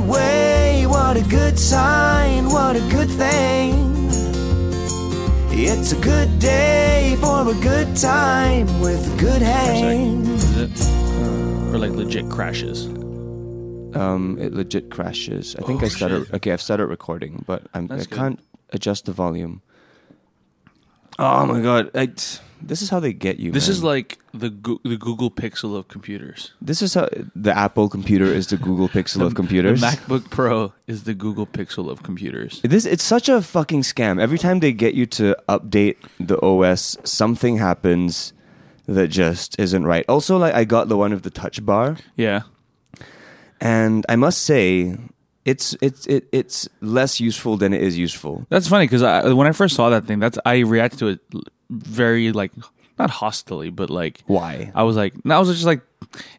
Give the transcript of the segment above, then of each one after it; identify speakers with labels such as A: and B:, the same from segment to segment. A: way, what a good sign, what a good thing. It's a good day for a good time with a good hang.
B: or like legit crashes.
C: Um, it legit crashes. I think I started. Okay, I've started recording, but I'm, I
B: Oh, That's good.
C: can't adjust the volume. Oh my god! I, this is how they get you.
B: This
C: man.
B: is like the Goo- the Google Pixel of computers.
C: this is how the Apple computer is the Google Pixel of computers.
B: The MacBook Pro is the Google Pixel of computers.
C: This it's such a fucking scam. Every time they get you to update the OS, something happens that just isn't right. Also, like I got the one with the touch bar,
B: Yeah.
C: and I must say, it's it's it, it's less useful than it is useful.
B: That's funny because I, when I first saw that thing, that's I reacted to it l- very like not hostilely, but like
C: Why?
B: I was like, no, I was just like,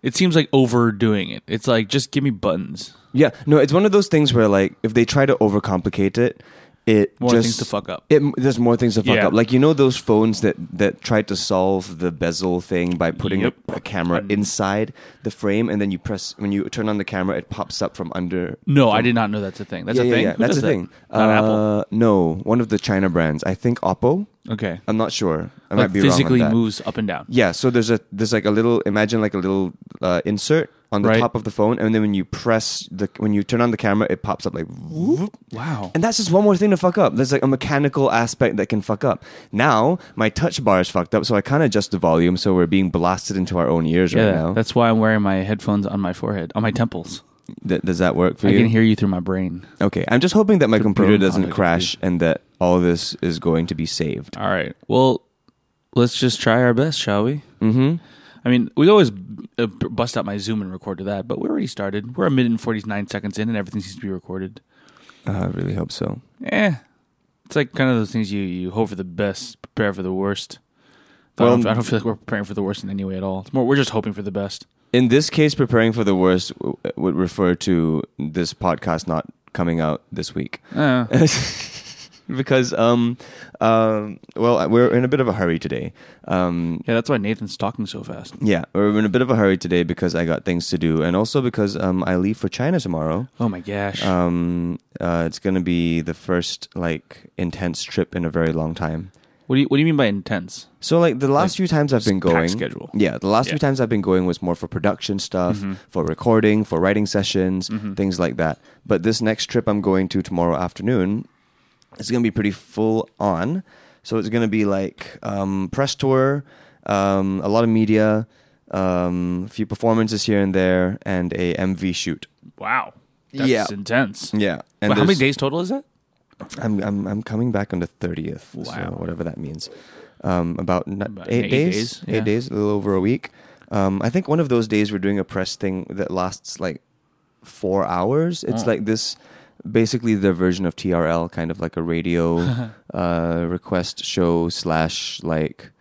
B: it seems like overdoing it. It's like just give me buttons,
C: Yeah, no, it's one of those things where like if they try to overcomplicate it, it
B: more
C: just
B: things to fuck up.
C: It, there's more things to fuck
B: Yeah.
C: up. Like you know those phones that that tried to solve the bezel thing by putting
B: Yep.
C: a, a camera
B: Mm.
C: inside the frame, and then you press when you turn on the camera, it pops up from under.
B: No, I did not know that's a thing. That's
C: yeah,
B: a
C: yeah,
B: thing.
C: yeah,
B: Who
C: that's
B: does
C: a
B: that?
C: thing.
B: Not Apple.
C: Uh, No, one of the China brands. I think Oppo.
B: Okay.
C: I'm not sure. I might
B: Like
C: be
B: physically
C: wrong on that.
B: moves up and down.
C: Yeah, so there's a there's like a little imagine like a little uh, insert on the
B: Right.
C: top of the phone, and then when you press the when you turn on the camera, it pops up like
B: Wow.
C: and that's just one more thing to fuck up. There's like a mechanical aspect that can fuck up. Now my touch bar is fucked up, so I can't adjust the volume, so we're being blasted into our own ears
B: Yeah,
C: right now.
B: that's why I'm wearing my headphones on my forehead, on my temples.
C: Th- does that work for
B: I
C: you?
B: can hear you through my brain.
C: okay, I'm just hoping that my computer
B: bone
C: doesn't
B: contact
C: crash and that all this is going to be saved.
B: All right. Well, let's just try our best, shall we?
C: Mm-hmm.
B: I mean, we always uh, b- bust out my Zoom and record to that, but we already started. We're a minute and 49 seconds in, and everything seems to be recorded.
C: Uh, I really hope so.
B: Eh. It's like kind of those things you, you hope for the best, prepare for the worst. But I, don't,
C: Well-
B: I don't feel like we're preparing for the worst in any way at all. It's more, we're just hoping for the best.
C: In this case, preparing for the worst w- would refer to this podcast not coming out this week.
B: Uh,
C: because um um well we're in a bit of a hurry today um
B: yeah, that's why Nathan's talking so fast.
C: yeah we're in a bit of a hurry today because i got things to do and also because um i leave for china tomorrow
B: Oh my gosh.
C: um uh it's gonna be the first like intense trip in a very long time
B: what, do you, what do you mean by intense?
C: so like the last
B: Like,
C: few times i've been
B: packed
C: going
B: schedule.
C: yeah the last
B: Yeah. Mm-hmm.
C: few times i've been going was more for production stuff for recording for writing sessions things like that but this next trip i'm going to tomorrow afternoon it's gonna be pretty full on. So it's gonna be like um, press tour, um, a lot of media, um, a few performances here and there, and a MV shoot.
B: Wow. That's
C: Yeah.
B: intense.
C: Yeah, and
B: Wait, how many
C: there's-
B: days total is that?
C: I'm I'm I'm coming back on the thirtieth.
B: Wow.
C: so whatever that means. Um, about, n-
B: About
C: eight,
B: eight
C: days,
B: days,
C: eight
B: yeah.
C: days, a little over a week. Um, I think one of those days we're doing a press thing that lasts like four hours. It's
B: Oh.
C: like this, basically their version of TRL, kind of like a radio uh, request show slash like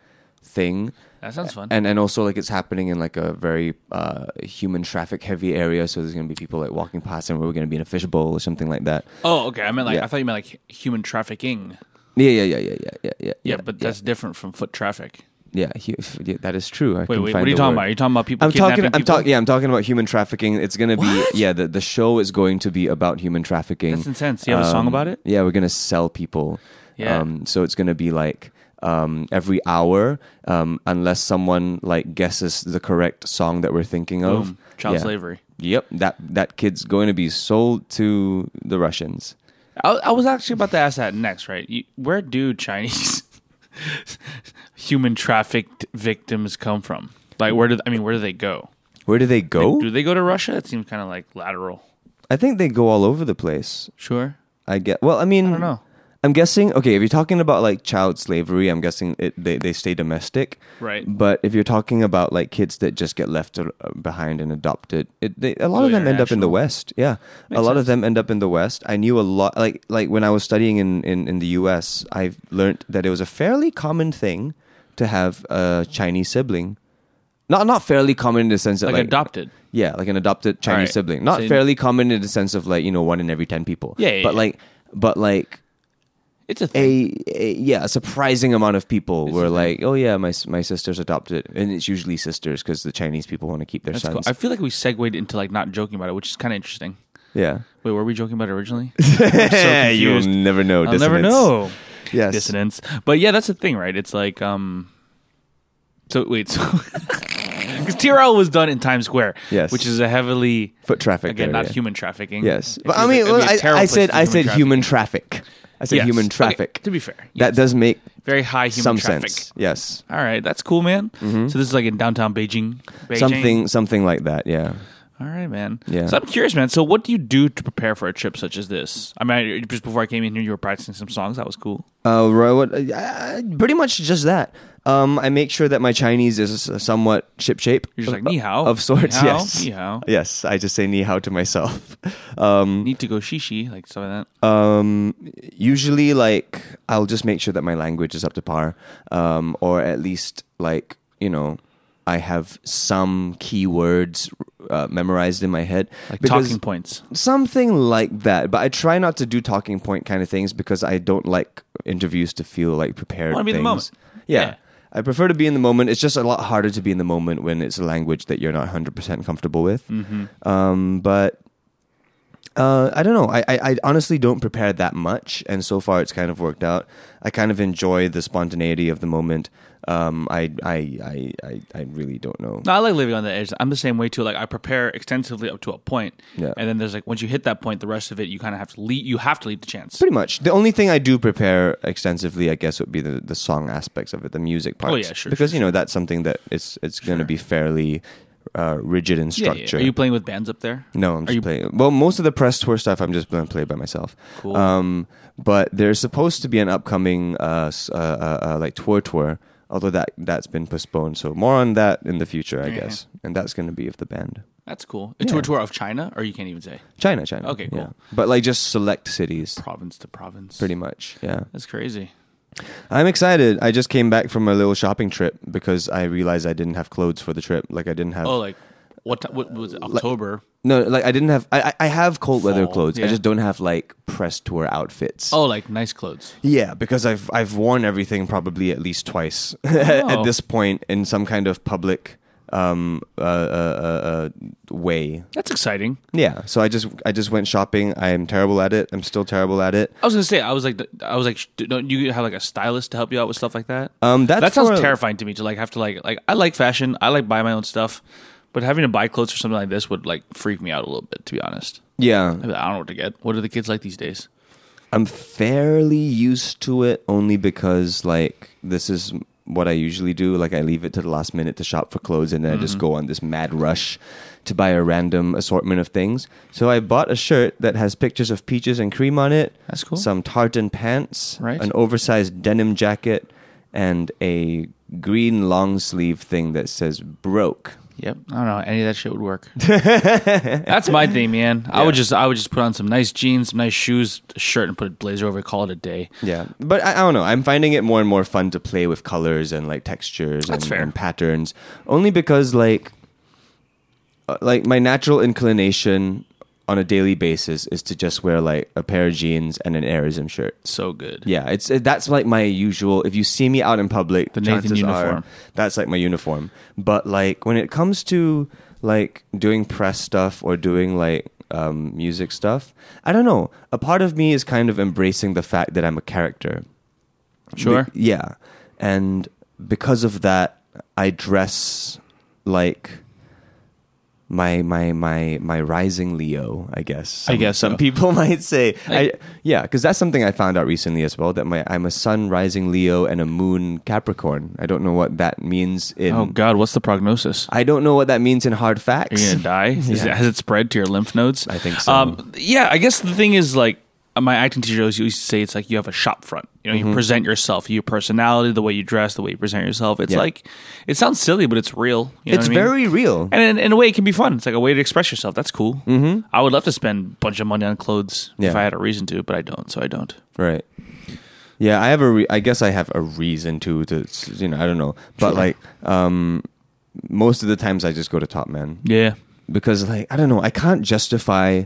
C: thing
B: That sounds fun.
C: and and also like it's happening in like a very uh human traffic heavy area so there's gonna be people like walking past and we're gonna be in a fishbowl or something like that
B: oh, okay. I meant like
C: Yeah.
B: I thought you meant like human trafficking.
C: yeah yeah yeah yeah yeah yeah yeah
B: Yeah, but that's different from foot traffic.
C: Yeah, hu- yeah, that is true. I
B: Wait,
C: can
B: wait.
C: find
B: What are you
C: the
B: talking
C: word.
B: about? Are you talking about people?
C: I'm
B: kidnapping
C: talking. I'm
B: people?
C: talking. Yeah, I'm talking about human trafficking. It's gonna
B: What?
C: be. Yeah, the, the show is going to be about human trafficking. Um,
B: That's intense. You have a song about it?
C: Yeah, we're gonna sell people.
B: Yeah.
C: Um, so it's gonna be like um, every hour, um, unless someone like guesses the correct song that we're thinking of.
B: Boom. Child
C: Yeah.
B: slavery.
C: Yep. That that kid's going to be sold to the Russians.
B: I, I was actually about to ask that next, right? You, where do Chinese human trafficked victims come from? Like, where do I mean, where do they go?
C: Where do they go?
B: Do they go to Russia? It seems kind of like lateral.
C: I think they go all over the place.
B: Sure.
C: I get. Well, I mean, I
B: don't know.
C: am guessing. Okay, if you're talking about like child slavery, I'm guessing it, they they stay domestic.
B: Right.
C: But if you're talking about like kids that just get left uh, behind and adopted, it, they, a lot
B: Oh,
C: of them end up in the
B: international.
C: West. Yeah, a lot of them end up in the West. I knew a lot. Like like when I was studying in in in the U.S., I learned that it was a fairly common thing to have a Chinese sibling. Not not fairly common in the sense that
B: Like,
C: like,
B: adopted.
C: yeah, like an adopted Chinese
B: Alright.
C: sibling. Not
B: So-
C: fairly common in the sense of like, you know, one in every 10 people.
B: Yeah, yeah,
C: But
B: yeah.
C: like but like
B: It's a thing.
C: a, a yeah, a surprising amount of people were like, "Oh yeah, my s- my sister's adopted." And it's usually sisters cuz the Chinese people want to keep their
B: That's
C: sons.
B: cool. I feel like we segued into like not joking about it, which is kind of interesting.
C: yeah.
B: Wait, were we joking about it originally? I'm so
C: Eh, You'll
B: confused.
C: never know.
B: I'll never
C: dissonance.
B: know.
C: Yes.
B: Dissonance. But yeah, that's the thing, right? It's like um so wait, so because TRL was done in Times Square,
C: Yes.
B: which is a heavily
C: Foot traffic
B: again
C: area.
B: not human trafficking.
C: Yes.
B: It
C: But
B: was
C: I
B: a-
C: mean,
B: it'd be a
C: I,
B: terrible
C: I
B: place
C: said
B: for
C: I said
B: trafficking.
C: human traffic. I said
B: Yes.
C: human
B: Okay,
C: traffic.
B: to be fair,
C: That
B: yes.
C: does make
B: very high human
C: some
B: traffic.
C: sense. Yes.
B: All right, that's cool, man. So this is like in downtown Beijing. Beijing.
C: Something something like that, yeah.
B: All right, man.
C: Yeah.
B: So I'm curious, man. So what do you do to prepare for a trip such as this? I mean, I- just before I came in here, you were practicing some songs. That was cool.
C: Uh, ro- what- uh, pretty much just that. Um, I make sure that my Chinese is somewhat shipshape.
B: You're just like, "Ni hao,
C: Of sorts,
B: ni hao,
C: yes.
B: ni hao."
C: Yes, I just say ni hao to myself. Um,
B: Need to go shishi, like stuff like that.
C: um, usually, like, I'll just make sure that my language is up to par. Um, or at least, like, you know, I have some keywords uh, memorized in my head.
B: like
C: Because-
B: talking points.
C: something like that but i try not to do talking point kind of things because i don't like interviews to feel like prepared
B: Wanna be in the
C: things.
B: moment.
C: yeah.
B: Yeah.
C: i prefer to be in the moment it's just a lot harder to be in the moment when it's a language that you're not 100% comfortable with
B: Mm-hmm.
C: um, but uh, I don't know. I, I, I honestly don't prepare that much, and so far it's kind of worked out. I kind of enjoy the spontaneity of the moment. Um, I, I I I I really don't know.
B: No, I like living on the edge. I'm the same way too. Like I prepare extensively up to a point,
C: Yeah.
B: and then there's like once you hit that point, the rest of it you kind of have to leave. You have to leave the chance.
C: Pretty much. The only thing I do prepare extensively, I guess, would be the, the song aspects of it, the music parts.
B: Oh, yeah, sure,
C: Because you know that's something that it's it's going to be fairly uh, rigid in
B: Yeah,
C: structure.
B: yeah. Are you playing with bands up there?
C: no, I'm
B: Are
C: just
B: you-
C: playing. Well, most of the press tour stuff, I'm just going to play by myself. Cool. Um, but there's supposed to be an upcoming uh, s- uh, uh, uh, like tour tour, although that that's been postponed. So more on that in the future, I guess.
B: Mm-hmm.
C: And that's going to be of the band.
B: That's cool. A tour tour of China, or you can't even say
C: China, China.
B: Okay, cool.
C: Yeah. But like just select cities,
B: province to province.
C: pretty much. Yeah.
B: That's crazy.
C: I'm excited. I just came back from a little shopping trip because I realized I didn't have clothes for the trip. Like I didn't have
B: Oh, like what? ti- what was it? October?
C: no, like I didn't have. I I I have cold weather
B: Fall,
C: clothes. I
B: yeah.
C: just don't have like press tour outfits.
B: oh, like nice clothes.
C: yeah, because I've I've worn everything probably at least twice at
B: Oh.
C: this point in some kind of public um uh, uh, uh, uh way.
B: That's exciting.
C: Yeah, so I just I just went shopping. I am terrible at it. I'm still terrible at it.
B: I was gonna say, I was like, I was like, sh- don't you have like a stylist to help you out with stuff like that?
C: Um, that's
B: that sounds
C: for-
B: terrifying to me to like have to like like I like fashion, I like buy my own stuff, but having to buy clothes for something like this would like freak me out a little bit, to be honest.
C: Yeah,
B: I'd be like, I don't know what to get. What do the kids like these days?
C: I'm fairly used to it only because like this is what I usually do. Like I leave it to the last minute to shop for clothes and then I
B: Mm-hmm.
C: just go on this mad rush to buy a random assortment of things. So I bought a shirt that has pictures of peaches and cream on it.
B: That's cool.
C: Some tartan pants,
B: Right.
C: an oversized denim jacket, and a green long sleeve thing that says broke.
B: Yep, I don't know. Any of that shit would work. That's my thing, man. I would just, I would just put on some nice jeans, some nice shoes, a shirt, and put a blazer over. it, Call it a day.
C: Yeah, but I, I don't know. I'm finding it more and more fun to play with colors and like textures
B: That's
C: and,
B: fair.
C: and patterns, only because like, uh, like my natural inclination on a daily basis is to just wear like a pair of jeans and an Aerism shirt.
B: So good.
C: Yeah, it's it, that's like my usual. If you see me out in public, the
B: Nathan
C: chances are
B: uniform.
C: that's like my uniform. But like when it comes to like doing press stuff or doing like um, music stuff, I don't know. A part of me is kind of embracing the fact that I'm a character.
B: Sure.
C: Be- yeah. And because of that, I dress like my my my my rising Leo, I guess.
B: I
C: some-
B: guess
C: some
B: so.
C: people might say. I,
B: I-
C: yeah, because that's something I found out recently as well. That my I'm a Sun rising Leo and a Moon Capricorn. I don't know what that means in.
B: Oh God, what's the prognosis?
C: I don't know what that means in hard
B: Are
C: facts.
B: you gonna die? Is it, has it spread to your lymph nodes?
C: I think so.
B: Um, yeah, I guess the thing is like uh, my acting teacher always used to say it's like you have a shop front. You
C: Mm-hmm.
B: know, you present yourself, your personality, the way you dress, the way you present yourself. It's
C: Yeah.
B: like it sounds silly, but it's real. You know
C: it's
B: what I mean?
C: very real.
B: and in, in a way, it can be fun. It's like a way to express yourself. That's cool. Mm-hmm. I would love to spend a bunch of money on clothes if
C: Yeah.
B: I had a reason to, but I don't, so I don't.
C: Right. Yeah, I have a. Re- I guess I have a reason to. To you know, I don't know, but like, um, most of the times I just go to Top Man
B: Yeah,
C: because like I don't know, I can't justify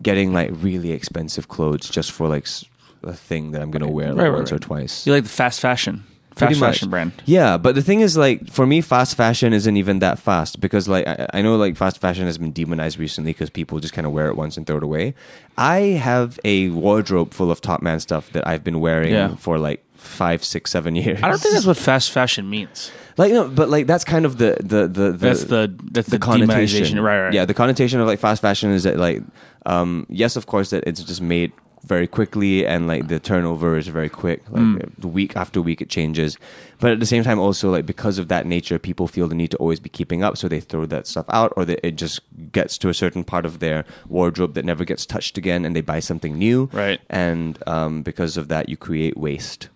C: getting like really expensive clothes just for like s- a thing that I'm gonna wear like
B: Right, right,
C: once
B: right.
C: or twice.
B: you like the fast fashion,
C: Pretty
B: fast
C: much.
B: fashion brand.
C: Yeah, but the thing is, like, for me, fast fashion isn't even that fast because, like, I, I know, like, fast fashion has been demonized recently because people just kind of wear it once and throw it away. I have a wardrobe full of Top Man stuff that I've been wearing
B: Yeah.
C: for like five, six, seven years.
B: I don't think that's what fast fashion means.
C: like, no, but like, that's kind of the the the, the
B: That's the that's the,
C: the connotation,
B: demonization. right? Right.
C: Yeah, the connotation of like fast fashion is that like, um, yes, of course, that it's just made very quickly and like the turnover is very quick. Like
B: Mm.
C: uh, week after week, it changes. But at the same time, also like because of that nature, people feel the need to always be keeping up, so they throw that stuff out, or that it just gets to a certain part of their wardrobe that never gets touched again, and they buy something new.
B: Right.
C: And um, because of that, you create waste,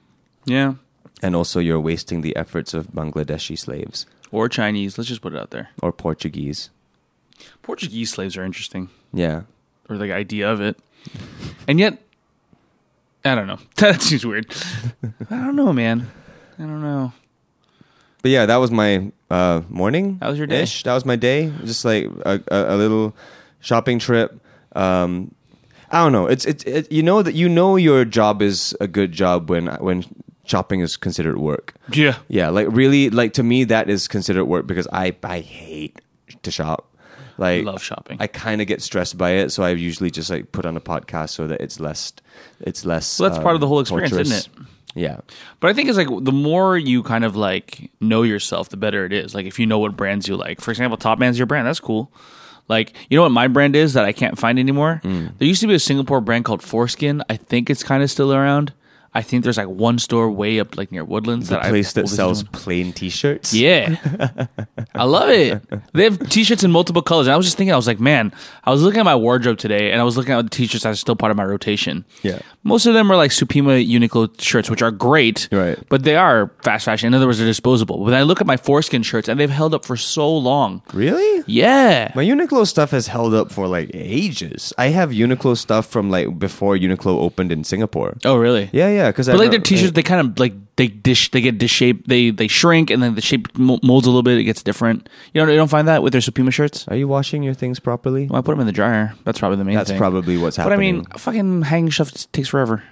B: yeah.
C: and also you're wasting the efforts of Bangladeshi slaves
B: Or Chinese. Let's just put it out there.
C: or Portuguese.
B: Portuguese slaves are interesting,
C: Yeah.
B: or the idea of it, and yet, I don't know. That seems weird. I don't know, man. I don't know.
C: But yeah, that was my uh, morning.
B: That was your day?
C: Ish. That was my day. Just like a, a, a little shopping trip. Um, I don't know. It's it's it, you know that you know your job is a good job when when shopping is considered work.
B: Yeah.
C: Yeah, like really, like to me that is considered work because I I hate to shop. Like
B: Love shopping.
C: I kind of get stressed by it, so I usually just like put on a podcast so that it's less it's less. um,
B: Well, that's part of the whole experience, isn't it?
C: Yeah.
B: But I think it's like the more you kind of like know yourself, the better it is. Like if you know what brands you like. For example, Top Man's your brand. That's cool. Like you know what my brand is that I can't find anymore.
C: Mm.
B: There used to be a Singapore brand called Foreskin. I think it's kind of still around. I think there's like one store way up like near Woodlands that I
C: Place that
B: always
C: sells
B: do.
C: plain T-shirts.
B: Yeah. I love it. They have t shirts in multiple colors. And I was just thinking, I was like, man, I was looking at my wardrobe today and I was looking at the t shirts that are still part of my rotation.
C: Yeah.
B: Most of them are like Supima Uniqlo shirts, which are great.
C: Right.
B: But they are fast fashion. In other words, they're disposable. But when I look at my foreskin shirts and they've held up for so long.
C: Really?
B: Yeah.
C: My Uniqlo stuff has held up for like ages. I have Uniqlo stuff from like before Uniqlo opened in Singapore.
B: oh, really?
C: Yeah, yeah. Because
B: But like their t-shirts, they kind of like they dish, they get dishaped, they they shrink, and then the shape mo- molds a little bit. It gets different. You know, you don't find that with their Supima shirts.
C: Are you washing your things properly?
B: Well, I put them in the dryer. That's probably the main
C: That's
B: thing.
C: probably what's
B: But I mean,
C: happening.
B: fucking hanging stuff t- takes forever.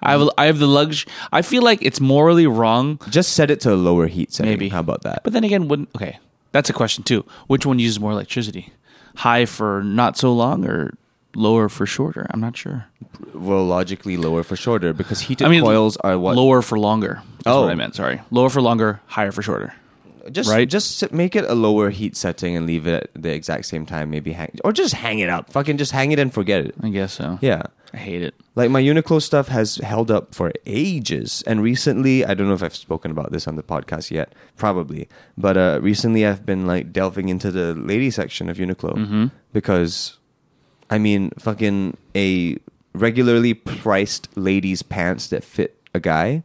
B: I have, I have the lux. I feel like it's morally wrong,
C: Just set it to a lower heat setting.
B: Maybe.
C: How about that?
B: but then again, wouldn't okay? That's a question too. Which one uses more electricity? High for not so long, or lower for shorter? I'm not sure.
C: well, logically lower for shorter because heated
B: I mean,
C: coils are what.
B: Lower for longer. That's
C: Oh.
B: what I meant. Sorry, lower for longer, higher for shorter.
C: just
B: right?
C: just s- make it a lower heat setting and leave it at the exact same time. Maybe hang or just hang it up. Fucking just hang it and forget it.
B: I guess so.
C: Yeah.
B: I hate it.
C: Like my Uniqlo stuff has held up for ages, and recently I don't know if I've spoken about this on the podcast yet, probably, but uh, recently I've been like delving into the lady section of Uniqlo
B: Mm-hmm.
C: because, I mean, fucking a regularly priced ladies pants that fit a guy,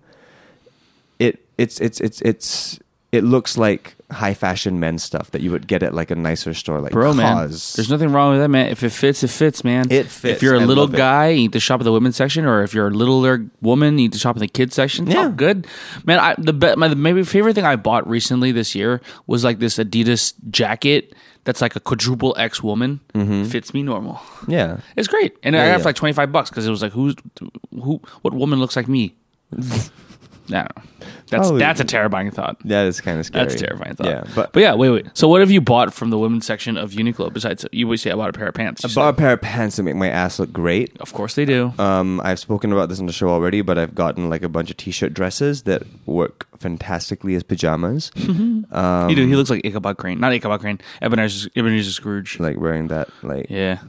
C: it it's it's it's it's it looks like high fashion men's stuff that you would get at like a nicer store, like
B: Bro, man,
C: Cause.
B: there's nothing wrong with that, man. If it fits, it fits, man.
C: It fits.
B: If you're a
C: I
B: little
C: love it.
B: guy, you need to shop at the women's section, or if you're a littler woman, you need to shop in the kids section. It's
C: Yeah.
B: all good, man. I, the be, my maybe favorite thing I bought recently this year was like this Adidas jacket that's like a quadruple X woman. Fits me normal.
C: yeah.
B: It's great, and I
C: Mm-hmm.
B: got
C: Yeah,
B: it
C: yeah.
B: for like twenty five bucks because it was like who's who? What woman looks like me? I don't know. That's
C: Oh,
B: that's a terrifying thought.
C: That is kind of scary.
B: That's a terrifying thought.
C: Yeah, but,
B: but yeah, wait, wait. So what have you bought from the women's section of Uniqlo besides you would say I bought a pair of pants? You
C: I bought a pair of pants that make my ass look great.
B: said- of course they do.
C: Um, I've spoken about this on the show already, but I've gotten like a bunch of t-shirt dresses that work fantastically as pajamas.
B: you do. He looks like Ichabod Crane, not Ichabod Crane. Ebenezer, Ebenezer Scrooge.
C: like wearing that, like
B: yeah,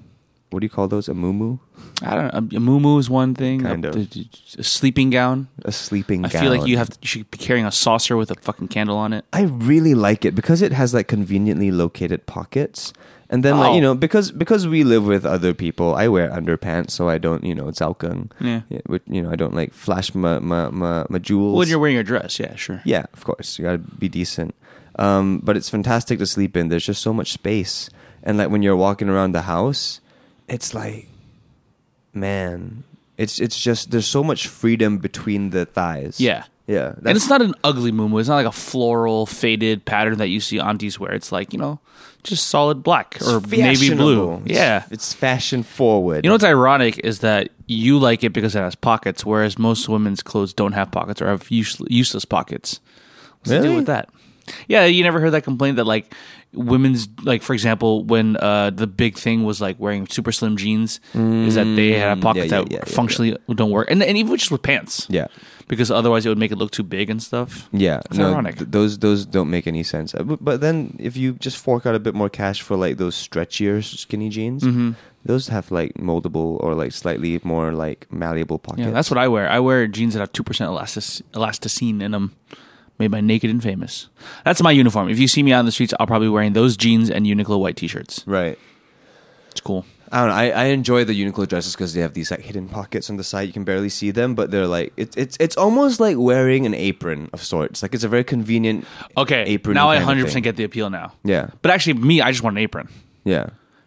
C: what do you call those? A muumuu,
B: I don't know. A muumuu is one thing.
C: Kind
B: a,
C: of.
B: a sleeping gown.
C: a sleeping
B: I
C: gown.
B: feel like you have to, you should be carrying a saucer with a fucking candle on it.
C: I really like it because it has like conveniently located pockets. And then like
B: Oh.
C: you know because because we live with other people, I wear underpants so I don't you know zaokeng.
B: Yeah.
C: which, you know I don't like flash my my my, my jewels.
B: When you're wearing a dress, yeah, sure.
C: yeah, of course you gotta be decent. Um, but it's fantastic to sleep in. There's just so much space, and like when you're walking around the house, it's like, man, it's it's just there's so much freedom between the thighs.
B: Yeah.
C: yeah,
B: and it's not an ugly muumuu. It's not like a floral faded pattern that you see aunties wear. It's like you know, just solid black or navy blue.
C: fashionable. It's-
B: Yeah,
C: it's fashion forward.
B: You know what's ironic is that you like it because it has pockets, whereas most women's clothes don't have pockets or have use- useless pockets. What's the
C: Really?
B: deal with that? Yeah, you never heard that complaint that like women's like for example when uh the big thing was like wearing super slim jeans is that they had pockets
C: Mm, yeah,
B: that
C: yeah, yeah,
B: functionally don't work and and even just with pants
C: Yeah.
B: because otherwise it would make it look too big and stuff
C: Yeah,
B: it's ironic
C: th- those those don't make any sense. Uh, But, but then if you just fork out a bit more cash for like those stretchier skinny jeans,
B: Mm-hmm.
C: those have like moldable or like slightly more like malleable pockets.
B: yeah that's what I wear I wear jeans that have two percent elastic elasticine in them made by Naked and Famous that's my uniform if you see me out on the streets I'll probably be wearing those jeans and Uniqlo white t-shirts
C: right.
B: It's cool.
C: I don't know. I, I enjoy the Uniqlo dresses because they have these like hidden pockets on the side. You can barely see them, but they're like it's it's it's almost like wearing an apron of sorts. Like it's a very convenient.
B: Okay,
C: apron
B: now I
C: kind of
B: 100%
C: thing.
B: get the appeal now.
C: Yeah.
B: But actually, me, I just want an apron
C: Yeah.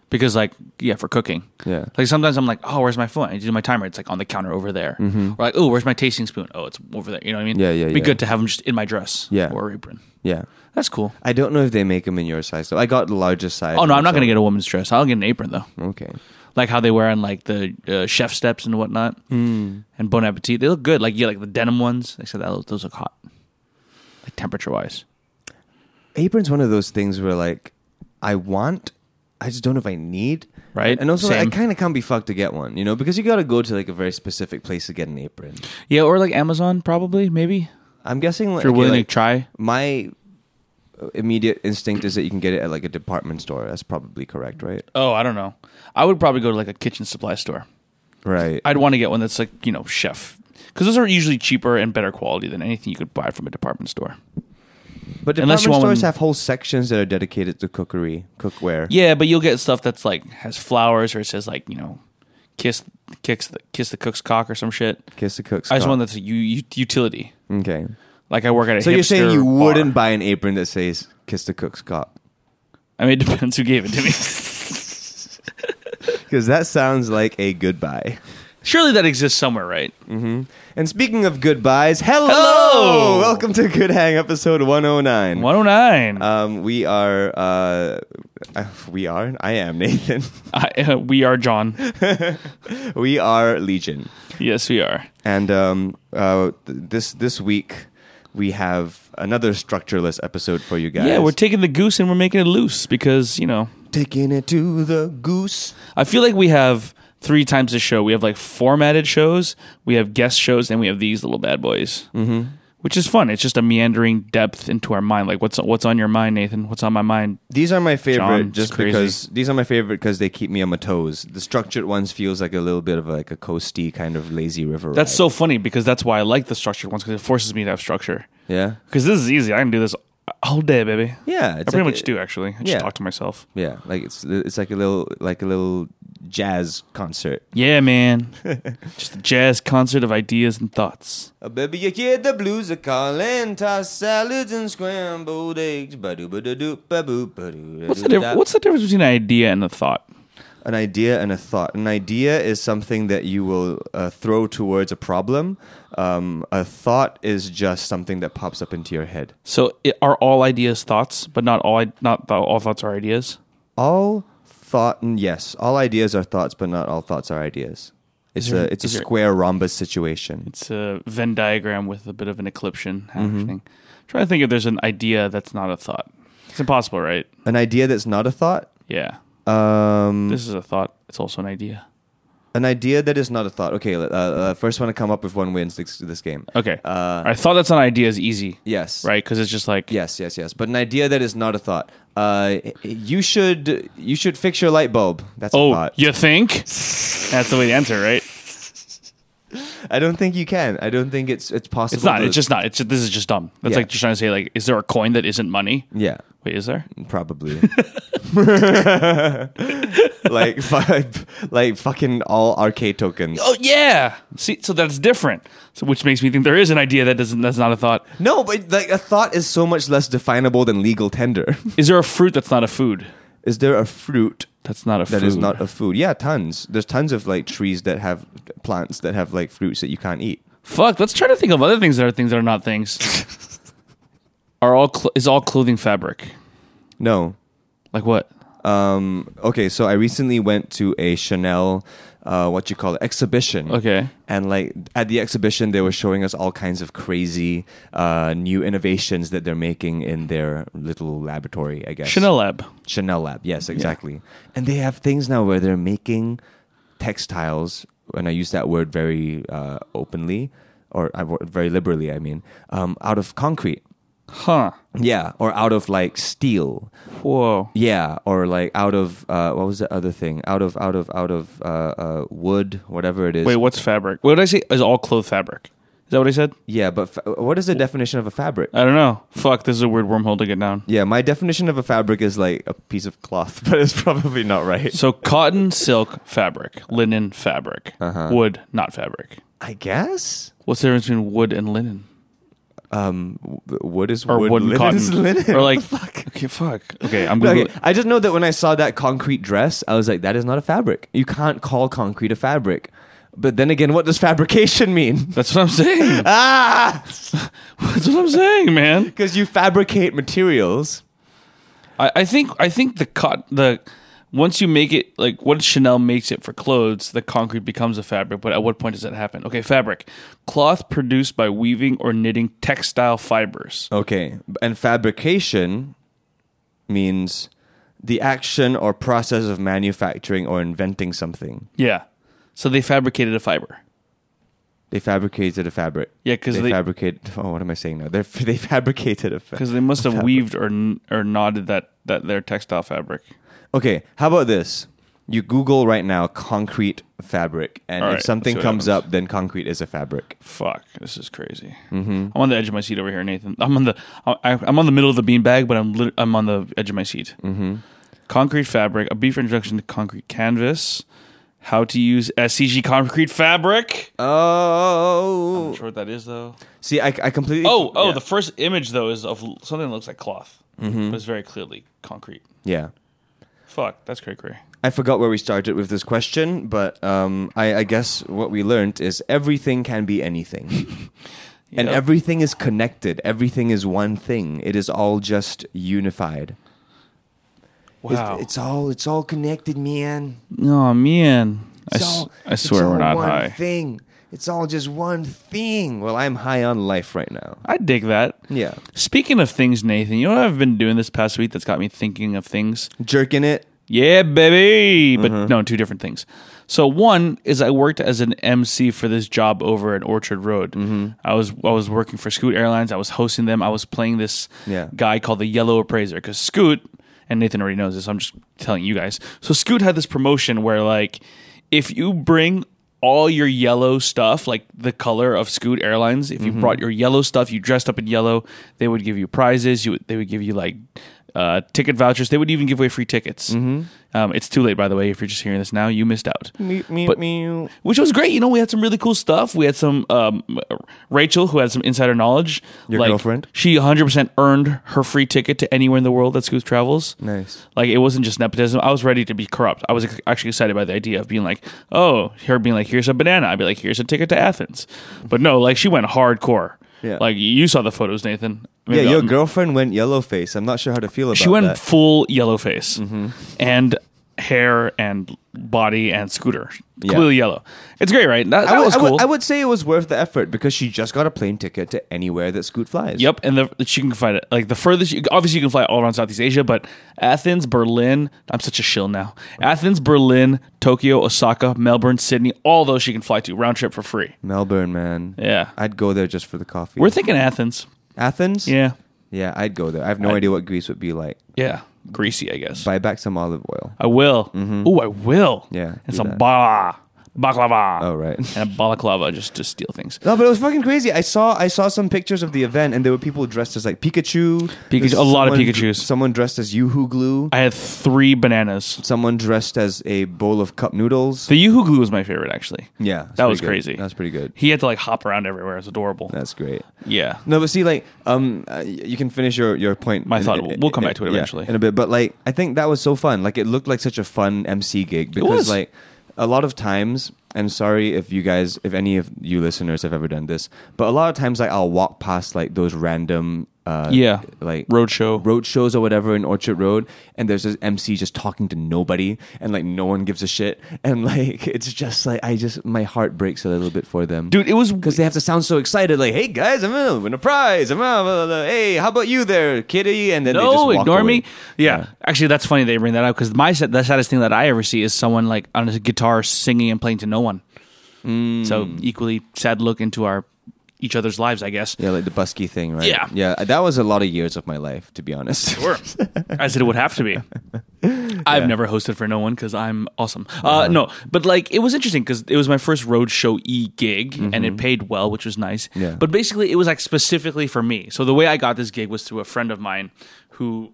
B: because, like, yeah, for cooking.
C: Yeah.
B: Like sometimes I'm like, oh, where's my phone? I do my timer. It's like on the counter over there. Or like, oh, where's my tasting spoon? Oh, it's over there. You know what I mean?
C: Mm-hmm. Yeah, yeah,
B: Be
C: yeah.
B: good to have them just in my dress.
C: Yeah.
B: Or apron.
C: Yeah.
B: That's cool.
C: I don't know if they make them in your size though. I got the largest size.
B: Oh no, I'm not gonna get a woman's dress. I'll get an apron though,
C: Okay.
B: like how they wear on like the uh, chef steps and whatnot, mm. and Bon Appetit. They look good. Like yeah, like the denim ones. They said that look- those look hot, like temperature wise.
C: apron's one of those things where like I want, I just don't know if I need.
B: Right.
C: And also, like,
B: Same.
C: I kind of can't be fucked to get one, you know, because you got to go to like a very specific place to get an apron.
B: Yeah, or like Amazon probably maybe
C: I'm guessing like,
B: if you're
C: okay,
B: willing
C: like,
B: to try.
C: my immediate instinct is that you can get it at like a department store. That's probably correct, right?
B: Oh, I don't know. I would probably go to like a kitchen supply store.
C: Right.
B: I'd want to get one that's like, you know, chef. Because those are usually cheaper and better quality than anything you could buy from a department store.
C: but
B: unless
C: department
B: you want
C: stores
B: one-
C: have whole sections that are dedicated to cookery, cookware.
B: Yeah, but you'll get stuff that's like has flowers or it says like, you know, kiss kiss the, kiss the cook's cock or some shit.
C: Kiss the cook's.
B: I just
C: cock.
B: want that's a u- u- utility.
C: Okay.
B: Like I work at a
C: So you're saying
B: hipster
C: you
B: bar.
C: wouldn't buy an apron that says "Kiss the cook's cock"
B: I mean, it depends who gave it to me.
C: because that sounds like a goodbye.
B: Surely that exists somewhere, right?
C: And speaking of goodbyes, hello!
B: Hello!
C: Welcome to Good Hang episode 109.
B: 109.
C: Um, we are, uh, we are, I am Nathan.
B: I, uh, we are John.
C: we are Legion.
B: yes, we are.
C: And um, uh, th- this this week, we have another structureless episode for you guys.
B: Yeah, we're taking the goose and we're making it loose because, you know,
C: taking it to the goose.
B: I feel like we have three times the show. We have like formatted shows, we have guest shows, and we have these little bad boys, mm-hmm. which is fun. It's just a meandering depth into our mind. Like what's what's on your mind, Nathan? What's on my mind?
C: These are my favorite,
B: John, it's
C: just
B: crazy.
C: because these are my favorite because they keep me on my toes. The structured ones feels like a little bit of like a coasty kind of lazy river.
B: That's
C: ride.
B: so funny because that's why I like the structured ones because it forces me to have structure.
C: yeah,
B: Because this is easy. I can do this all day, baby.
C: yeah.
B: I
C: it's
B: pretty
C: like
B: much
C: a-
B: do actually. I just
C: yeah.
B: talk to myself.
C: Yeah, like it's it's like a little like a little jazz concert.
B: Yeah, man. just a jazz concert of ideas and thoughts.
C: Oh, baby, you hear the blues are calling, toss salads and scrambled eggs. Ba-doo, ba-doo, ba-doo, ba-doo,
B: What's the diff- what's the difference between an idea and a thought?
C: an idea and a thought? An idea is something that you will uh, throw towards a problem. Um, a thought is just something that pops up into your head.
B: So it, are all ideas thoughts, but not all i- not th- all thoughts are ideas.
C: All thought, yes, all ideas are thoughts, but not all thoughts are ideas. It's
B: there-
C: a it's a
B: is there-
C: square rhombus situation.
B: It's a Venn diagram with a bit of an
C: Mm-hmm.
B: eclipsion happening. Trying to think if there's an idea that's not a thought. It's impossible, right?
C: An idea that's not a thought.
B: Yeah.
C: Um,
B: This is a thought. It's also an idea.
C: an idea that is not a thought. Okay, uh, uh, first one to come up with one wins this, this game.
B: Okay.
C: Uh,
B: I thought that's an idea is easy,
C: Yes.
B: Oh. right? Because it's just like
C: Yes, yes, yes. But an idea that is not a thought. Uh, you should you should fix your light bulb. That's a
B: Oh,
C: thought.
B: you think? That's the way to answer, right?
C: I don't think you can. I don't think it's it's possible.
B: It's not.
C: to-
B: It's just not. It's just, this is just dumb. That's
C: Yeah.
B: like just trying to say like, is there a coin that isn't money?
C: yeah,
B: Wait, is there?
C: Mm. probably. like five, like fucking all arcade tokens.
B: Oh yeah. See, so that's different. So which makes me think there is an idea that doesn't. That's not a thought.
C: No, but like a thought is so much less definable than legal tender.
B: Is there a fruit that's not a food?
C: is there a fruit
B: That's not a
C: that
B: food.
C: is not a food? Yeah, tons. There's tons of like trees that have plants that have like fruits that you can't eat.
B: Fuck. Let's try to think of other things that are things that are not things. are all cl- is all clothing fabric?
C: No,
B: Like what?
C: Um, okay, so I recently went to a Chanel, uh, what you call it, exhibition.
B: Okay.
C: And like at the exhibition, they were showing us all kinds of crazy uh, new innovations that they're making in their little laboratory, I guess.
B: Chanel Lab.
C: Chanel Lab. Yes, exactly. And they have things now where they're making textiles, and I use that word very uh, openly, or I- very liberally, I mean, um, out of concrete.
B: Huh.
C: Yeah, or out of like steel,
B: Whoa.
C: yeah, or like out of uh, what was the other thing? Out of out of out of uh, uh, wood, whatever it is.
B: Wait, what's fabric? What did I say? Is all cloth fabric? Is that what I said?
C: yeah, but fa- what is the definition of a fabric?
B: I don't know. Fuck. This is a weird wormhole to get down.
C: yeah, my definition of a fabric is like a piece of cloth, but it's probably not right.
B: So cotton, silk, fabric, linen, fabric,
C: Uh-huh.
B: wood, not fabric.
C: I guess
B: What's the difference between wood and linen?
C: um, w- wood is
B: Or
C: wood,
B: wood and
C: linen
B: cotton?
C: is linen.
B: Or like,
C: What the fuck?
B: okay, fuck. Okay, I'm going.
C: Okay, I just know that when I saw that concrete dress, I was like, that is not a fabric. You can't call concrete a fabric. But then again, what does fabrication mean?
B: That's what I'm saying.
C: ah,
B: That's what I'm saying, man.
C: because you fabricate materials.
B: I, I think I think the cot the once you make it like once Chanel makes it for clothes, the concrete becomes a fabric. But at what point does that happen? Okay, fabric, cloth produced by weaving or knitting textile fibers.
C: Okay. And fabrication means the action or process of manufacturing or inventing something.
B: Yeah, so they fabricated a fiber.
C: They fabricated a fabric.
B: Yeah, 'cause
C: they,
B: they-
C: fabricate. Oh, what am I saying now? They they fabricated a fabric.
B: Because they must have weaved or kn- or knotted that that their textile fabric.
C: Okay, how about this? You Google right now concrete fabric, and
B: All right,
C: if
B: let's
C: something
B: see what
C: comes
B: happens.
C: up, then concrete is a fabric.
B: Fuck, this is crazy.
C: Mm-hmm.
B: I'm on the edge of my seat over here, Nathan. I'm on the I, I'm on the middle of the beanbag, but I'm lit, I'm on the edge of my seat. Mm-hmm. Concrete fabric, a brief introduction to concrete canvas, how to use SCG concrete fabric. I'm
C: Oh,
B: not sure what that is though.
C: see, I, I completely.
B: Oh, oh,
C: yeah. Mm-hmm.
B: the first image though is of l- something that looks like cloth, but it's very clearly concrete.
C: yeah.
B: Fuck, that's cray cray.
C: I forgot where we started with this question, but um, I, I guess what we learned is everything can be anything. And
B: Yep.
C: everything is connected. Everything is one thing. It is all just unified. It's-
B: Wow.
C: It's, all it's all connected, man.
B: oh man, I,
C: It's
B: s-
C: all-
B: I swear
C: it's
B: we're
C: all
B: not
C: one
B: high.
C: Thing. It's all just one thing. Well, I'm high on life right now.
B: I dig that.
C: Yeah.
B: Speaking of things, Nathan, you know what I've been doing this past week that's got me thinking of things?
C: Jerking it.
B: Yeah, baby! But no, two different things. So one is I worked as an MC for this job over at Orchard Road. I was I was working for Scoot Airlines. I was hosting them. I was playing this
C: Yeah.
B: guy called the Yellow Appraiser because Scoot and Nathan already knows this. I'm just telling you guys. So Scoot had this promotion where like if you bring all your yellow stuff, like the color of Scoot Airlines, if you brought your yellow stuff, you dressed up in yellow, they would give you prizes. You would, they would give you like uh, ticket vouchers. They would even give away free tickets. Um, it's too late, by the way. If you're just hearing this now, you missed out But- which was great. You know, we had some really cool stuff. We had some um, Rachel, who had some insider knowledge.
C: Your girlfriend?
B: She 100% earned her free ticket to anywhere in the world that Scoop travels.
C: Nice.
B: Like it wasn't just nepotism. I was ready to be corrupt. I was ex- actually excited by the idea of being like, oh, her being like, here's a banana. I'd be like, here's a ticket to Athens. But no, like she went hardcore.
C: Yeah.
B: Like you saw the photos, Nathan.
C: Yeah,
B: Maybe
C: your
B: I'm-
C: girlfriend went yellow face. I'm not sure how to feel about Mm-hmm.
B: she went
C: that.
B: full yellow face and hair and body and scooter completely yellow. It's great, right? That, that
C: I would,
B: was
C: I,
B: cool.
C: would, I would say it was worth the effort because she just got a plane ticket to anywhere that Scoot flies.
B: Yep, and the, she can find it. Like the furthest, you, obviously, you can fly all around Southeast Asia, but Athens, Berlin. I'm such a shill now. Athens, Berlin, Tokyo, Osaka, Melbourne, Sydney. All those she can fly to round trip for free.
C: Melbourne, man.
B: Yeah.
C: I'd go there just for the coffee.
B: We're thinking Athens.
C: Athens?
B: Yeah,
C: Yeah, I'd go there. I have no idea what Greece would be like.
B: yeah, greasy, I guess.
C: Buy back some olive oil.
B: I will. Oh, I will.
C: Mm-hmm. Yeah,
B: and
C: do
B: some
C: that.
B: ba baklava.
C: Oh, right.
B: and a balaclava just to steal things.
C: No, but it was fucking crazy. I saw I saw some pictures of the event, and there were people dressed as like Pikachu.
B: Pikachu-
C: There's
B: a lot of
C: someone-
B: Pikachus.
C: Someone dressed as Yoo-Hoo Glue.
B: I had three bananas.
C: someone dressed as a bowl of cup noodles.
B: The Yoo-Hoo glue was my favorite, actually.
C: yeah, it's
B: that was
C: pretty good.
B: crazy.
C: That was pretty good.
B: He had to like hop around everywhere. It was adorable.
C: That's great.
B: yeah.
C: No, but see, like, um, uh, y- you can finish your your point.
B: My thought- we'll come back to it
C: yeah,
B: eventually.
C: in a bit. But like, I think that was so fun. Like, it looked like such a fun MC gig because
B: was.
C: like a lot of times. I'm sorry if you guys, if any of you listeners have ever done this, but a lot of times, like, I'll walk past like those random. Uh,
B: Yeah.
C: like
B: Roadshow.
C: road shows or whatever in Orchard Road, and there's this MC just talking to nobody, and like no one gives a shit, and like it's just like I just my heart breaks a little bit for them,
B: Dude, it was
C: because they have to sound so excited, like, "Hey guys, I'm gonna win a prize. I'm gonna, blah, blah, blah. hey, how about you there, kitty?" And then they just
B: no,
C: walk
B: ignore
C: away.
B: me. Yeah. actually, that's funny they bring that up because my sad- the saddest thing that I ever see is someone like on a guitar singing and playing to no one.
C: Mm.
B: So equally sad look into our each other's lives, I guess.
C: Yeah, like the busky thing, right?
B: Yeah.
C: yeah. That was a lot of years of my life, to be honest.
B: Sure. As it would have to be. I've never hosted for no one because I'm awesome. Uh, No, but like it was interesting because it was my first road show e gig and it paid well, which was nice.
C: Mm-hmm. Yeah.
B: But basically, it was like specifically for me. So the way I got this gig was through a friend of mine who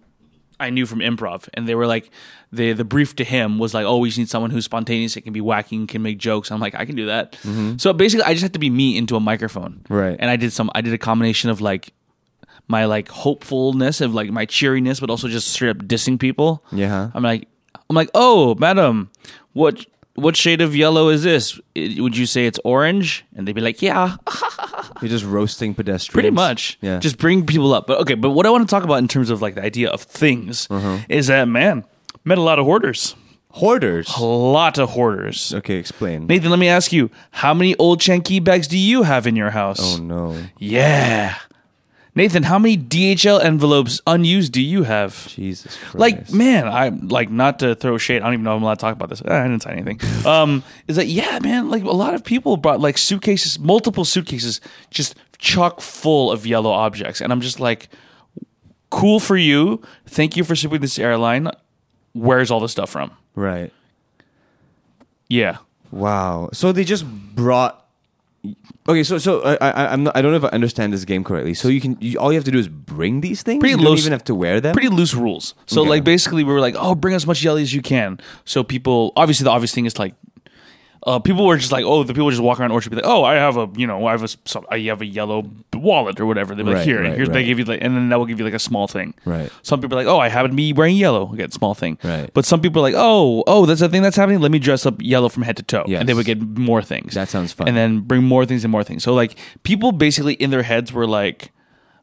B: I knew from improv, and they were like, the the brief to him was like, oh, we just need someone who's spontaneous, it can be whacking, can make jokes. I'm like, I can do that. So basically, I just had to be me into a microphone,
C: Mm-hmm. Right.
B: And I did some, I did a combination of like my like hopefulness of like my cheeriness, but also just straight up dissing people.
C: Yeah.
B: I'm like, I'm like, oh, madam, what what shade of yellow is this? I- Would you say it's orange? And they'd be like, yeah,
C: You're just roasting pedestrians,
B: pretty much.
C: Yeah,
B: Just bring people up. But okay, but what I want to talk about in terms of like the idea of things
C: Uh-huh.
B: is that man met a lot of hoarders,
C: hoarders.
B: a lot of hoarders.
C: Okay, explain.
B: Nathan, let me ask you, how many old Chankey bags do you have in your house?
C: Oh no,
B: Yeah. Nathan, how many DHL envelopes unused do you have?
C: Jesus Christ!
B: like man i like not to throw shade i don't even know if i'm allowed to talk about this Eh, i didn't say anything um is that yeah man like a lot of people brought like suitcases multiple suitcases just chock full of yellow objects and i'm just like cool for you thank you for shipping this airline where's all this stuff from
C: right?
B: yeah
C: Wow. So they just brought. Okay, so so I I I'm not, I don't know if I understand this game correctly. So you can you, all you have to do is bring these things.
B: Pretty
C: you don't
B: low-
C: even have to wear them.
B: pretty loose rules so
C: Okay.
B: like basically we were like oh bring as much yellow as you can so people obviously the obvious thing is like uh, people were just like, oh, the people just walk around orchard, be like, oh, I have a, you know, I have a, s- some, I have a yellow wallet or whatever. They're like,
C: Right,
B: here,
C: right,
B: here, they
C: right.
B: give you like, and then that will give you like a small thing.
C: Right.
B: Some people are like, oh, I happen to be wearing yellow, again, small thing.
C: Right.
B: But some people are like, oh, oh, that's a thing that's happening. Let me dress up yellow from head to toe,
C: Yes.
B: and they would get more things.
C: That sounds fun.
B: And then bring more things and more things. So like, people basically in their heads were like.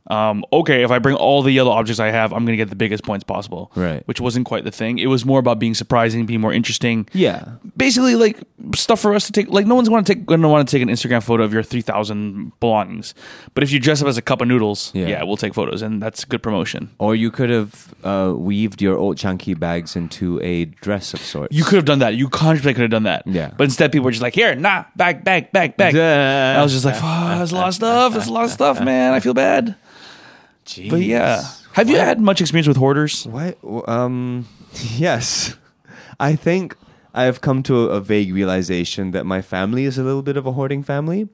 B: Um, okay, if I bring all the yellow objects I have, I'm gonna get the biggest points possible.
C: Right.
B: Which wasn't quite the thing. It was more about being surprising, being more interesting
C: yeah.
B: basically like stuff for us to take. Like no one's going to take going to want to take an Instagram photo of your three thousand belongings, but if you dress up as a cup of noodles, yeah.
C: Yeah.
B: we'll take photos, and that's good promotion.
C: Or you could have uh, weaved your old chunky bags into a dress of sorts.
B: You could have done that. You consciously could have done that.
C: Yeah.
B: But instead, people were just like, "Here, nah, back, back, back, back."
C: Yeah.
B: I was just like, "Fuck, that's a lot of stuff. That's a lot of stuff, man. I feel bad."
C: Jeez.
B: But yeah, have you had much experience with hoarders?
C: Why? Um. Yes, I think I have come to a, a vague realization that my family is a little bit of a hoarding family,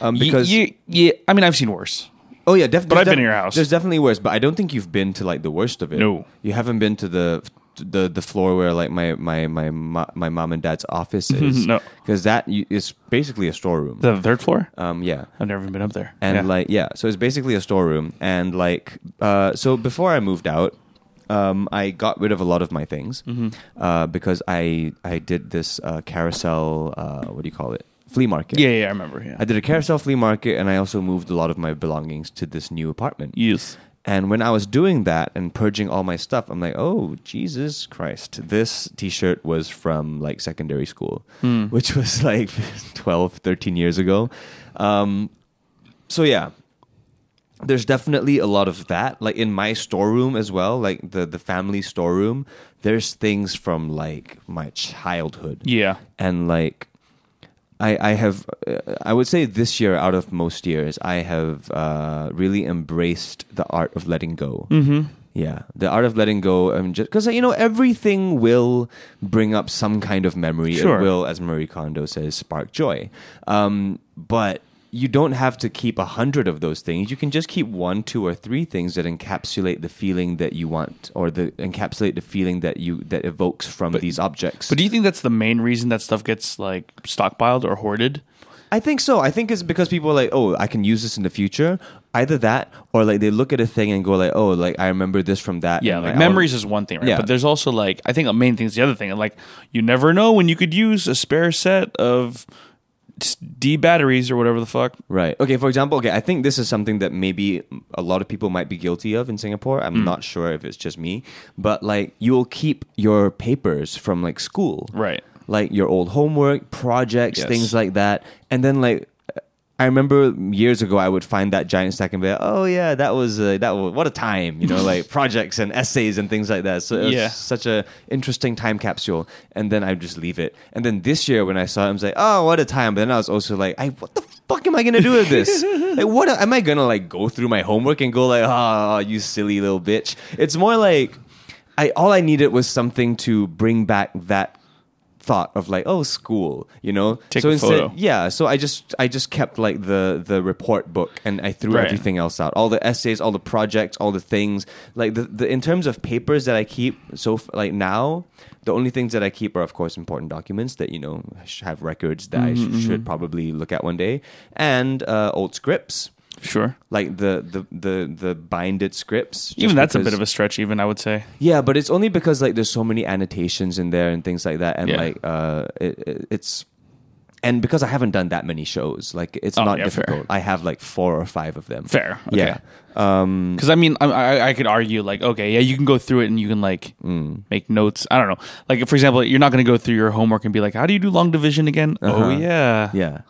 C: um, because
B: you, yeah, I mean, I've seen worse.
C: Oh yeah, definitely.
B: But I've been in your house.
C: There's definitely worse, but I don't think you've been to like the worst of it.
B: No.
C: you haven't been to the the the floor where like my my my mo- my mom and dad's office is.
B: No.
C: because that you- is basically a storeroom.
B: The third floor?
C: um, yeah.
B: I've never even been up there.
C: And
B: Yeah.
C: like yeah, so it's basically a storeroom. And like uh, so before I moved out, um, I got rid of a lot of my things
B: Mm-hmm.
C: uh, because I I did this uh, carousel. Uh, what do you call it? Flea market.
B: yeah, yeah, I remember. Yeah.
C: I did a carousel flea market, and I also moved a lot of my belongings to this new apartment.
B: Yes.
C: And when I was doing that and purging all my stuff, I'm like, oh, Jesus Christ. This t shirt was from like secondary school, which was like 12, 13 years ago. Um, so, yeah, there's definitely a lot of that like in my storeroom as well like the the family storeroom there's things from like my childhood
B: Yeah.
C: and like I, I have uh, I would say this year out of most years I have uh, really embraced the art of letting go. Mm-hmm. Yeah, the art of letting go. Um, just because you know everything will bring up some kind of memory.
B: Sure.
C: It will, as Marie Kondo says, spark joy. Um, but you don't have to keep a hundred of those things. You can just keep one, two, or three things that encapsulate the feeling that you want, or the encapsulate the feeling that you that evokes from these objects.
B: But do you think that's the main reason that stuff gets like stockpiled or hoarded?
C: I think so. I think it's because people are like, oh, I can use this in the future. Either that, or like they look at a thing and go like, oh, like I remember this from that.
B: Yeah,
C: and,
B: like
C: I wanna-
B: memories is one thing, right?
C: Yeah.
B: But there's also like I think a main thing is the other thing. Like you never know when you could use a spare set of s- D batteries or whatever the fuck.
C: Right. Okay. For example, okay, I think this is something that maybe a lot of people might be guilty of in Singapore.
B: Mm.
C: I'm not sure if it's just me, but like you will keep your papers from like school,
B: Right.
C: Like your old homework, projects,
B: Yes.
C: things like that, and then like. I remember years ago, I would find that giant stack and be like, "Oh yeah, that was uh, that was what a time, you know, like projects and essays and things like that." So it was
B: Yeah.
C: such a interesting time capsule. And then I would just leave it. And then this year, when I saw it, I was like, "Oh, what a time!" But then I was also like, "I what the fuck am I gonna do with this? like, what am I gonna like go through my homework and go like, ah, you silly little bitch?" It's more like I all I needed was something to bring back that thought of like oh school you know
B: Take
C: so
B: a
C: instead
B: photo.
C: yeah so i just i just kept like the the report book and i threw
B: Right.
C: everything else out all the essays all the projects all the things like the, the in terms of papers that i keep so f- like now the only things that i keep are of course important documents that you know sh- have records that i
B: Mm-hmm,
C: sh- should probably look at one day and uh, old scripts
B: Sure.
C: like the the the the binded scripts
B: Even that's a bit of a stretch. Even I would say.
C: yeah, but it's only because like there's so many annotations in there and things like that, and
B: Yeah.
C: like uh, it, it, it's and because I haven't done that many shows, like it's
B: Oh,
C: not
B: yeah, fair.
C: difficult. I have like four or five of them.
B: Fair. Okay.
C: Yeah. Um,
B: Because I mean, I, I I could argue like, okay, yeah, you can go through it and you can like
C: Mm.
B: make notes. I don't know. Like for example, you're not going to go through your homework and be like, how do you do long division again? Oh
C: Uh-huh.
B: yeah.
C: yeah.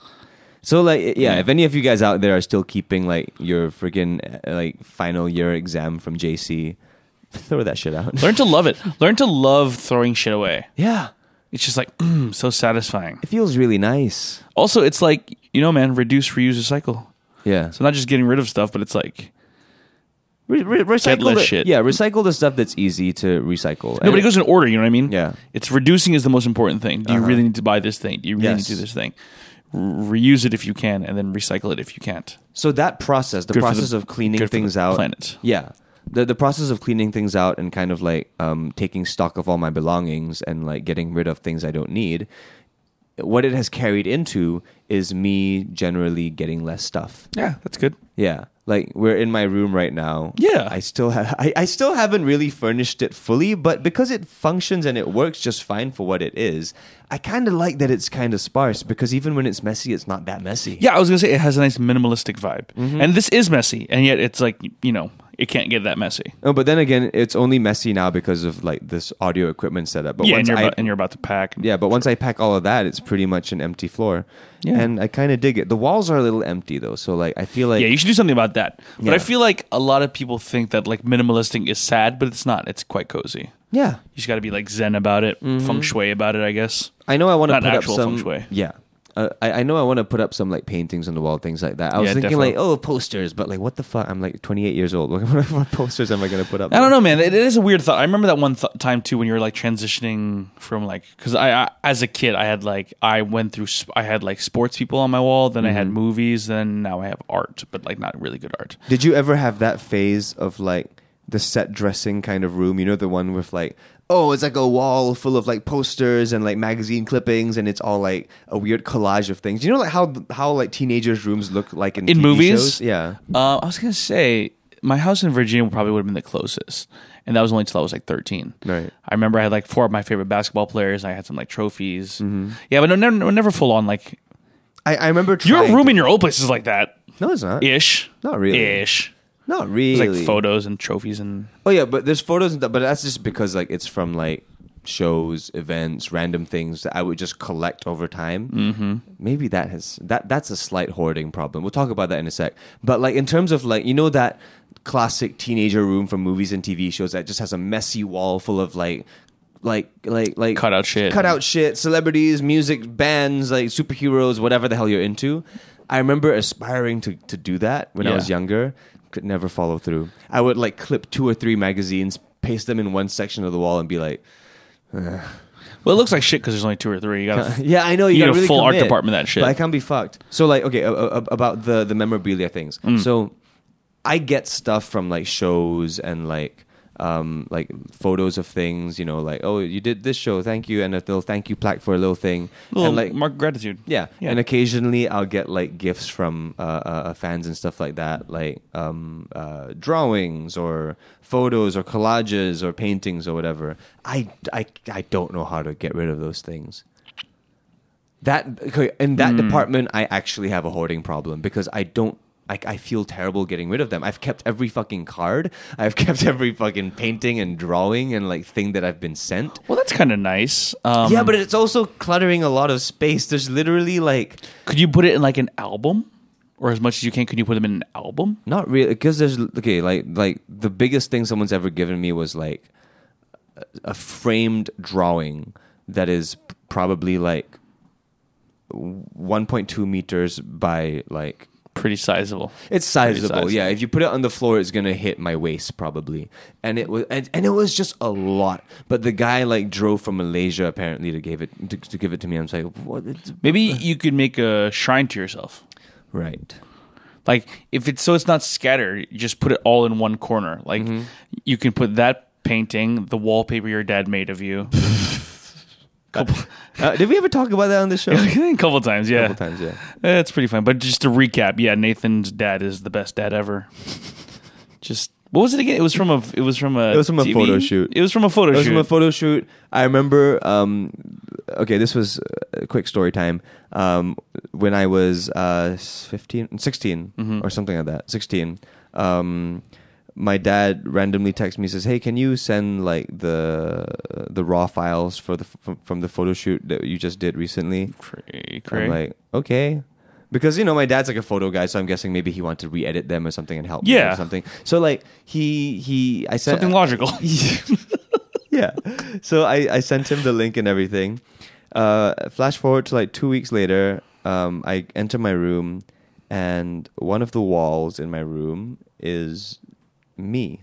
C: So like it- yeah, if any of you guys out there are still keeping like your freaking uh, like final year exam from JC, throw that shit out.
B: Learn to love it. Learn to love throwing shit away.
C: yeah,
B: It's just like mm, so satisfying.
C: it feels really nice.
B: Also, it's like you know, man, reduce, reuse, recycle.
C: Yeah.
B: So not just getting rid of stuff, but it's like
C: Re- re- recycle
B: less
C: the,
B: shit.
C: Yeah, recycle the stuff that's easy to recycle.
B: no, but it goes in order. You know what I mean?
C: Yeah. Uh-huh.
B: It's reducing is the most important thing. Do you really need to buy this thing? Do you really need to
C: Yes.
B: do this thing? R- reuse it if you can, and then recycle it if you can't.
C: So that process, the
B: Good for the-
C: process of
B: good
C: cleaning
B: for the
C: things out,
B: planet.
C: Yeah, the the process of cleaning things out and kind of like um, taking stock of all my belongings and like getting rid of things I don't need. What it has carried into is me generally getting less stuff.
B: Yeah, that's good.
C: Yeah, like we're in my room right now.
B: Yeah.
C: I still have I, I still haven't really furnished it fully, but because it functions and it works just fine for what it is, I kind of like that it's kind of sparse because even when it's messy, it's not that messy.
B: Yeah, I was gonna say it has a nice minimalistic vibe,
C: Mm-hmm.
B: and this is messy, and yet it's like you know it can't get that messy.
C: Oh, but then again, it's only messy now because of like this audio equipment setup. But
B: yeah, and
C: once
B: you're,
C: I,
B: about, and you're about to pack.
C: yeah, but once I pack all of that, it's pretty much an empty floor.
B: Yeah.
C: and I kind of dig it. The walls are a little empty though, so like I feel like
B: yeah, you should do something about that. But I
C: Yeah.
B: feel like a lot of people think that like minimalistic is sad, but it's not. It's quite cozy.
C: yeah.
B: You just got to be like zen about it,
C: Mm-hmm.
B: feng shui about it, I guess.
C: I know I want to
B: Not
C: put up
B: actual
C: some
B: feng shui.
C: yeah. Uh, I, I know I want to put up some like paintings on the wall, things like that. I was
B: Yeah,
C: thinking like,
B: definitely.
C: oh, posters, but like, what the fuck? I'm like 28 years old. What, what posters am I going to put up?
B: I don't know, man. It, it is a weird thought. I remember that one th- time too when you were like transitioning from like because I, I as a kid I had like I went through sp- I had like sports people on my wall, then I
C: Mm-hmm.
B: had movies, then now I have art, but like not really good art.
C: Did you ever have that phase of like the set dressing kind of room? You know, the one with like, oh, it's like a wall full of like posters and like magazine clippings, and it's all like a weird collage of things. You know, like how how like teenagers' rooms look like in,
B: In
C: TV
B: movies?
C: Shows? Yeah,
B: Uh, I was gonna say my house in Virginia probably would have been the closest, and that was only until I was like thirteen.
C: Right.
B: I remember I had like four of my favorite basketball players. I had some like trophies.
C: Mm-hmm.
B: Yeah, but no, never, never full on like
C: I, I remember.
B: your
C: trying
B: room
C: to-
B: in your old place is like that
C: No, it's not.
B: ish.
C: Not really.
B: ish.
C: Not
B: There's
C: really.
B: like photos and trophies and
C: Oh yeah, but there's photos, and th- but that's just because like it's from like shows, events, random things that I would just collect over time. Mm-hmm. Maybe that has that that's a slight hoarding problem. We'll talk about that in a sec. But like in terms of like you know that classic teenager room from movies and TV shows that just has a messy wall full of like like like like
B: Cut out shit.
C: cut out shit, celebrities, music, bands, like superheroes, whatever the hell you're into. I remember aspiring to, to do that when I
B: Yeah.
C: was younger, could never follow through. I would like clip two or three magazines, paste them in one section of the wall, and be like,
B: well, it looks like shit because there's only two or three. You gotta
C: "Yeah, I know you,
B: You
C: got
B: need a
C: really
B: full art
C: commit,
B: department, that shit.
C: But I can't be fucked. So like, okay, a- a- about the the memorabilia things.
B: Mm.
C: So I get stuff from like shows and like um like photos of things. You know, like oh, you did this show, thank you, and a little thank you plaque for a little thing,
B: little
C: and like
B: mark gratitude.
C: Yeah.
B: Yeah.
C: and occasionally I'll get like gifts from uh, uh, fans and stuff like that, like um, uh, drawings or photos or collages or paintings or whatever. I, I, I don't know how to get rid of those things. That okay, in
B: Hmm.
C: that department, I actually have a hoarding problem because I don't. I, I feel terrible getting rid of them. I've kept every fucking card. I've kept every fucking painting and drawing and like thing that I've been sent.
B: Well, that's kind of nice. Um,
C: yeah, but it's also cluttering a lot of space. There's literally like
B: could you put it in like an album, or as much as you can? Could you put them in an album?
C: Not really, because there's okay, like like the biggest thing someone's ever given me was like a- a framed drawing that is probably like 1.2 meters by like
B: Pretty sizable.
C: it's sizable,
B: sizable.
C: yeah. If you put it on the floor, it's gonna hit my waist probably, and it was and, and it was just a lot. But the guy like drove from Malaysia apparently to give it to, to give it to me. I'm just like, what? It's,
B: Maybe you could make a shrine to yourself.
C: right.
B: Like if it's so it's not scattered, you just put it all in one corner. Like
C: Mm-hmm.
B: you can put that painting, the wallpaper your dad made of you. couple,
C: Uh, did we ever talk about that on the show?
B: I think a couple times, yeah.
C: couple times, yeah.
B: That's pretty fun. But just to recap, yeah, Nathan's dad is the best dad ever. just what was it again? It was from a it was from a
C: It was from a
B: TV?
C: photo shoot.
B: It was from a photo
C: It was
B: shoot.
C: from a photo shoot. I remember. Um, okay, this was a quick story time. Um, when I was uh, 15, 16
B: Mm-hmm.
C: or something like that, sixteen. Um, my dad randomly texts me says, "Hey, can you send like the the raw files for the from, from the photo shoot that you just did recently?"
B: Cray, cray.
C: I'm like, okay. Because you know my dad's like a photo guy, so I'm guessing maybe he wanted to re-edit them or something and help me
B: Yeah.
C: or something. So like he he I sent
B: Something logical.
C: yeah. So I, I sent him the link and everything. Uh, flash forward to like two weeks later, um, I enter my room, and one of the walls in my room is me.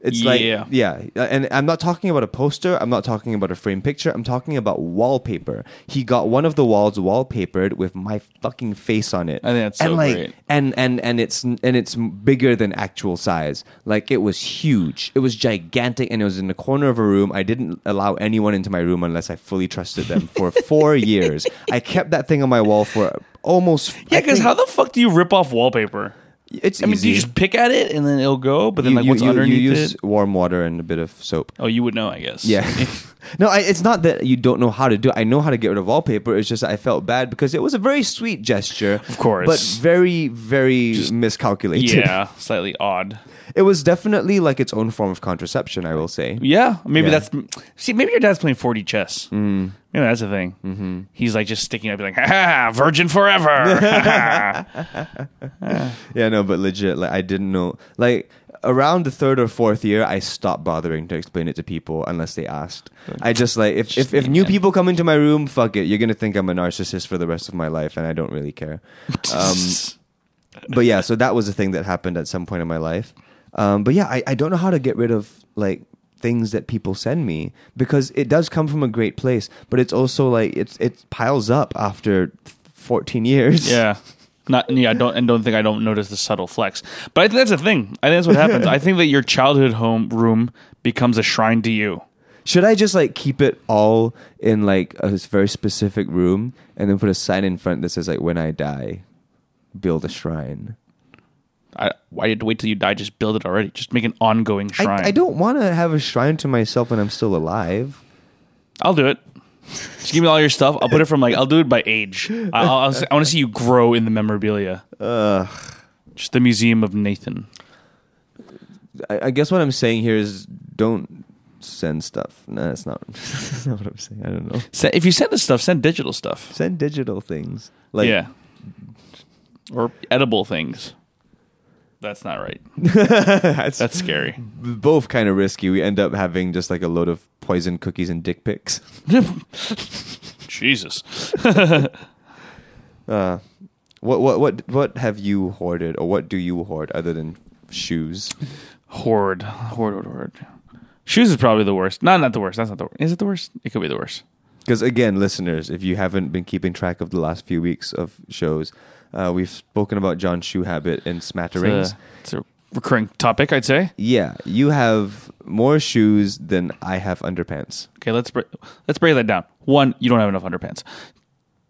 C: It's
B: Yeah.
C: like yeah, and I'm not talking about a poster. I'm not talking about a framed picture. I'm talking about wallpaper. He got one of the walls wallpapered with my fucking face on it.
B: I think that's
C: and
B: so
C: like
B: great.
C: and and and it's and it's bigger than actual size. Like it was huge. It was gigantic, and it was in the corner of a room. I didn't allow anyone into my room unless I fully trusted them for four years. I kept that thing on my wall for almost.
B: yeah,
C: I
B: because
C: think-
B: how the fuck do you rip off wallpaper?
C: it's
B: I mean, do
C: easy.
B: you just pick at it and then it'll go? But then
C: You-
B: like
C: you-
B: what's
C: you-
B: underneath
C: you use
B: it?
C: warm water and a bit of soap.
B: Oh, you would know, I guess.
C: Yeah. no, I, it's not that you don't know how to do it. I know how to get rid of wallpaper. It's just I felt bad because it was a very sweet gesture. Of
B: course.
C: But very, very miscalculated.
B: yeah, slightly odd.
C: It was definitely like its own form of contraception, I will say.
B: Yeah, maybe
C: Yeah.
B: that's see. Maybe your dad's playing 40 chess. Mm. Maybe that's the thing. Mm-hmm. He's like just sticking up, like, ha ha, virgin forever.
C: Yeah, no, but legit, like I didn't know. Like around the third or fourth year, I stopped bothering to explain it to people unless they asked. I just like if if, if new people come into my room, fuck it, you're gonna think I'm a narcissist for the rest of my life, and I don't really care. Um, but yeah, so that was a thing that happened at some point in my life. Um, but yeah, I, I don't know how to get rid of like things that people send me because it does come from a great place, but it's also like it's it piles up after 14 years.
B: yeah, not yeah. Don't and don't think I don't notice the subtle flex. But I think that's the thing. I think that's what happens. I think that your childhood home room becomes a shrine to you.
C: Should I just like keep it all in like a very specific room and then put a sign in front that says like when I die, build a shrine?
B: I, why did you wait till you die? Just build it already. Just make an ongoing shrine.
C: I, I don't want to have a shrine to myself when I'm still alive.
B: I'll do it. Just give me all your stuff. I'll put it from like I'll do it by age. I, I'll, I'll, si want to see you grow in the memorabilia. Ugh. Just the museum of Nathan.
C: I, I guess what I'm saying here is don't send stuff. No, that's not, that's not what I'm saying. I don't know.
B: Se- If you send us stuff, send digital stuff.
C: Send digital things. Like,
B: yeah, or edible things. That's not right.
C: that's,
B: That's scary.
C: both kind of risky. We end up having just like a load of poison cookies and dick pics.
B: Jesus.
C: Uh, what what what what have you hoarded, or what do you hoard other than shoes?
B: Horde. Horde, horde, horde. Shoes is probably the worst. No, not the worst. That's not the worst. Is it the worst? It could be the worst.
C: Because again, listeners, if you haven't been keeping track of the last few weeks of shows, uh, we've spoken about John's shoe habit and
B: It's
C: smatterings.
B: a, Uh, it's a recurring topic, I'd say.
C: yeah, you have more shoes than I have underpants.
B: Okay, let's break, let's break that down. One, you don't have enough underpants.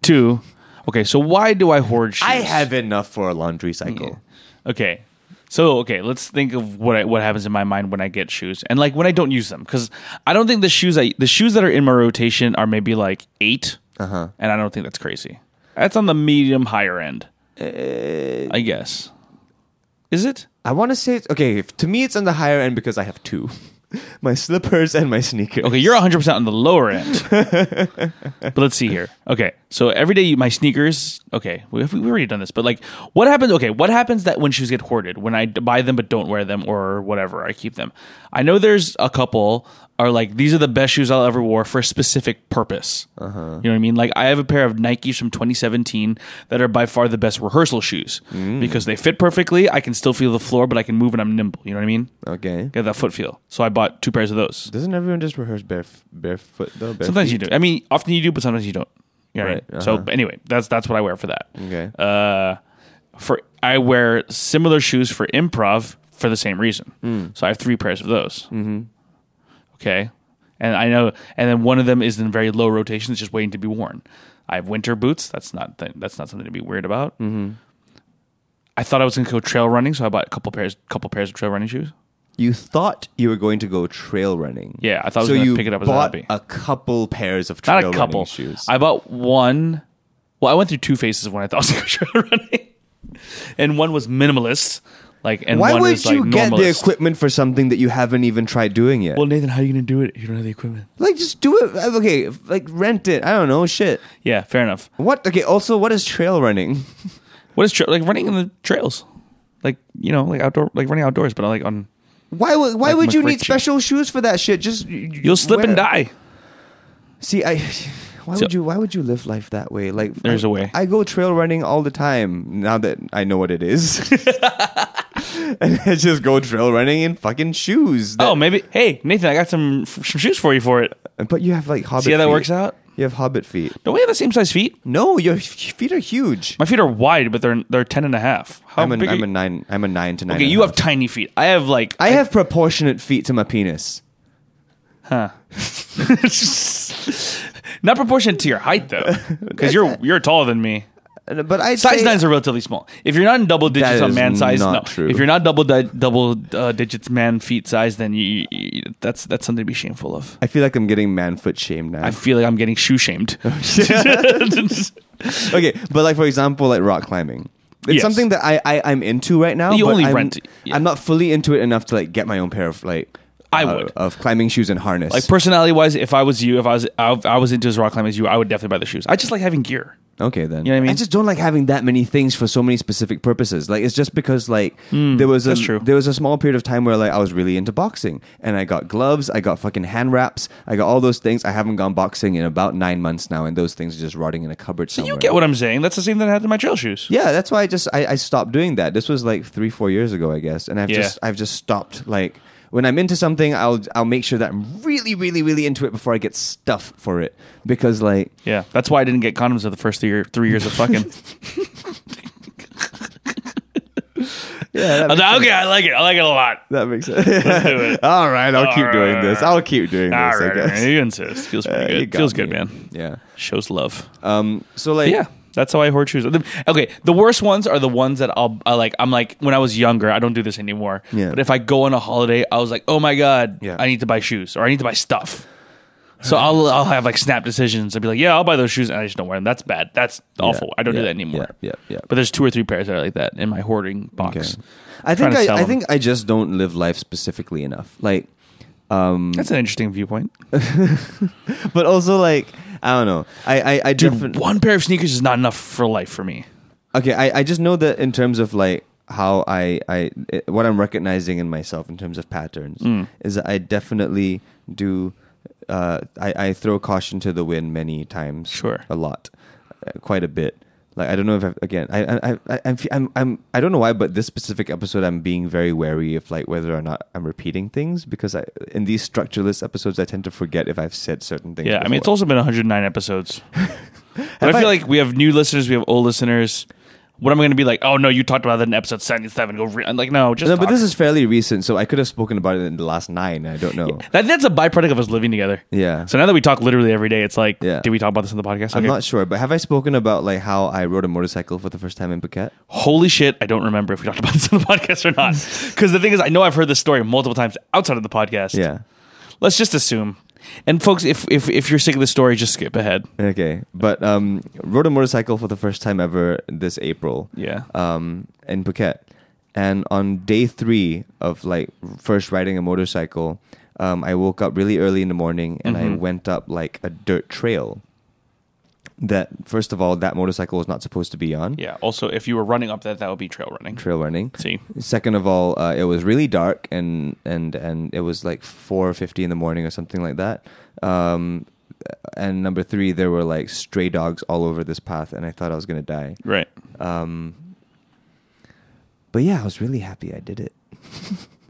B: Two, okay, so why do I hoard shoes?
C: I have enough for a laundry cycle.
B: Okay. So okay, let's think of what I, what happens in my mind when I get shoes and like when I don't use them because I don't think the shoes I the shoes that are in my rotation are maybe like 8 uh-huh. and I don't think that's crazy. That's on the medium higher end, I guess. Is it?
C: Uh, I want to say it's, okay. if- To me, it's on the higher end because I have two: my slippers and my sneakers.
B: Okay, you're 100 percent on the lower end. but let's see here. Okay, so every day you, my sneakers. Okay, we have, we've already done this, but like, what happens? Okay, what happens that when shoes get hoarded? When I d- buy them but don't wear them or whatever, I keep them. I know there's a couple are like these are the best shoes I'll ever wear for a specific purpose. You know what I mean? Like I have a pair of Nikes from 2017 that are by far the best rehearsal shoes because they fit perfectly. I can still feel the floor, but I can move and I'm nimble. You know what I mean?
C: Okay.
B: Get that foot feel. So I bought two pairs of those.
C: Doesn't everyone just rehearse baref- barefoot though? Bare
B: Sometimes
C: feet?
B: you do. I mean, often you do, but sometimes you don't. You know what I
C: Right,
B: mean? So
C: uh-huh.
B: but anyway, that's that's what I wear for that.
C: Okay.
B: Uh, for I wear similar shoes for improv for the same reason.
C: Hmm.
B: So I have three pairs of those. Mm-hmm. Okay, and I know, and then one of them is in very low rotation, it's just waiting to be worn. I have winter boots. That's not th- that's not something to be weird about. Mm-hmm. I thought I was going to go trail running, so I bought a couple pairs couple pairs of trail running shoes.
C: You thought you were going to go trail running.
B: Yeah, I thought I was
C: so
B: gonna
C: you
B: pick it up as a
C: bought
B: hobby.
C: a couple pairs of trail
B: not a couple
C: running shoes.
B: I bought one. Well, I went through two phases when I thought I was going to try running, and one was minimalist, like and
C: Why
B: one
C: would
B: is like
C: you get the
B: normalist.
C: equipment for something that you haven't even tried doing yet?
B: well, Nathan, how are you going to do it if you don't have the equipment?
C: like, just do it. Okay, like rent it. I don't know. Shit.
B: Yeah, fair enough.
C: What? Okay. Also, what is trail running?
B: What is tra- like running in the trails, like you know, like outdoor, like running outdoors, but like on
C: Why would Why
B: Like
C: would you need
B: McRitchie.
C: special shoes for that shit? Just
B: you'll slip and die.
C: See, I. Why
B: So-
C: would you? Why would you live life that way? Like,
B: There's
C: a
B: a way.
C: I go trail running all the time. Now that I know what it is, and I just go trail running in fucking shoes. that-
B: Oh, maybe. Hey, Nathan, I got some some shoes for you for it.
C: But you have like hobbit.
B: See how that
C: feet.
B: works out?
C: You have hobbit feet.
B: Don't we have the same size feet?
C: No, your f- feet are huge.
B: My feet are wide, but they're they're ten and a half. How
C: I'm a,
B: big? are
C: I'm
B: you-
C: a nine. I'm a nine to nine.
B: okay,
C: and a
B: you have
C: half.
B: tiny feet. I have like
C: I have proportionate feet to my penis.
B: Huh. Not proportionate to your height though, because you're you're taller than me.
C: And- Uh, But I
B: Size
C: say,
B: nines are relatively small. If you're not in double digits
C: That
B: on
C: is
B: man size,
C: not
B: no.
C: true.
B: If you're not double di- double uh, digits man feet size, then you, you, that's that's something to be shameful of.
C: I feel like I'm getting man foot shamed now.
B: I feel like I'm getting shoe shamed.
C: okay, but like for example, like rock climbing. It's
B: Yes.
C: something that I, I I'm into right now.
B: You
C: but
B: only
C: I'm,
B: rent it, yeah.
C: I'm not fully into it enough to like get my own pair of like
B: I
C: uh,
B: would.
C: of climbing shoes and harness.
B: like personality wise, if I was you, if I was I, I was into as rock climbing as you, I would definitely buy the shoes. I just like having gear.
C: okay, then
B: You know what I mean?
C: I just don't like having that many things for so many specific purposes. Like it's just because like there was
B: Hmm,
C: a
B: that's true.
C: there was a small period of time where like I was really into boxing and I got gloves, I got fucking hand wraps, I got all those things. I haven't gone boxing in about nine months now, and those things are just rotting in a cupboard.
B: Do
C: somewhere.
B: you get what I'm saying? That's the same that I had in my trail shoes.
C: Yeah, that's why I just I, I stopped doing that. This was like three four years ago, I guess, and I've
B: Yeah.
C: just I've just stopped. Like when I'm into something, I'll I'll make sure that I'm really really really into it before I get stuff for it because like
B: Yeah, that's why I didn't get condoms in the first three, year, three years of fucking.
C: yeah that,
B: I was
C: makes,
B: like, okay, I like it. I like it a lot.
C: that makes sense.
B: Do it.
C: All right, I'll keep
B: All
C: doing this.
B: right.
C: I'll keep doing this.
B: All
C: I
B: right, all right,
C: guess.
B: you insist. Feels pretty
C: Uh, you
B: good.
C: got
B: Feels good,
C: me.
B: man.
C: Yeah.
B: Shows love.
C: Um. So like
B: yeah, that's how I hoard shoes. Okay, the worst ones are the ones that I'll I like. I'm like when I was younger, I don't do this anymore.
C: Yeah.
B: But if I go on a holiday, I was like, oh my god,
C: Yeah.
B: I need to buy shoes or I need to buy stuff. So I'll I'll have like snap decisions. I'll be like, yeah, I'll buy those shoes, and I just don't wear them. That's bad. That's awful. I don't
C: yeah,
B: do that anymore.
C: yeah, yeah, yeah.
B: But there's two or three pairs that are like that in my hoarding box.
C: I
B: Trying
C: think
B: to sell
C: I, I
B: them.
C: think I just don't live life specifically enough. Like, um,
B: That's an interesting viewpoint.
C: but also like I don't know. I I, I
B: Dude,
C: definitely
B: one pair of sneakers is not enough for life for me.
C: okay. I I just know that in terms of like how I I it- what I'm recognizing in myself in terms of patterns
B: Mm.
C: is that I definitely do. Uh, I I throw caution to the wind many times.
B: Sure.
C: a lot, uh, quite a bit. Like I don't know if I've, again I I I- I I'm, fe- I'm I'm I don't know why, but this specific episode I'm being very wary of like whether or not I'm repeating things because I in these structureless episodes I tend to forget if I've said certain things.
B: Yeah, I mean, it's
C: before.
B: also been 109 episodes. but I
C: Have
B: feel
C: I-
B: like we have new listeners, we have old listeners. What am I going to be like? Oh no, you talked about that in episode 77. Go re-. I'm like, no, just
C: No, but
B: talk.
C: this is fairly recent, so I could have spoken about it in the last nine. I don't know.
B: That, that's a byproduct of us living together.
C: Yeah.
B: So now that we talk literally every day, it's like,
C: Yeah.
B: did we talk about this in the podcast?
C: I'm
B: Okay.
C: not sure, but have I spoken about like how I rode a motorcycle for the first time in Phuket?
B: Holy shit, I don't remember if we talked about this in the podcast or not. Because the thing is, I know I've heard this story multiple times outside of the podcast.
C: Yeah.
B: Let's just assume. And folks, if if, if you're sick of the story, just skip ahead.
C: Okay, but um, rode a motorcycle for the first time ever this April.
B: Yeah.
C: Um, in Phuket, and on day three of like first riding a motorcycle, um, I woke up really early in the morning and
B: Mm-hmm.
C: I went up like a dirt trail. That first of all, that motorcycle was not supposed to be on
B: Yeah. Also, if you were running up that, that would be trail running.
C: trail running.
B: See.
C: Second of all, uh, it was really dark and and and it was like four fifty in the morning or something like that. Um, and number three, there were like stray dogs all over this path, and I thought I was gonna die.
B: Right.
C: Um, but yeah, I was really happy I did it.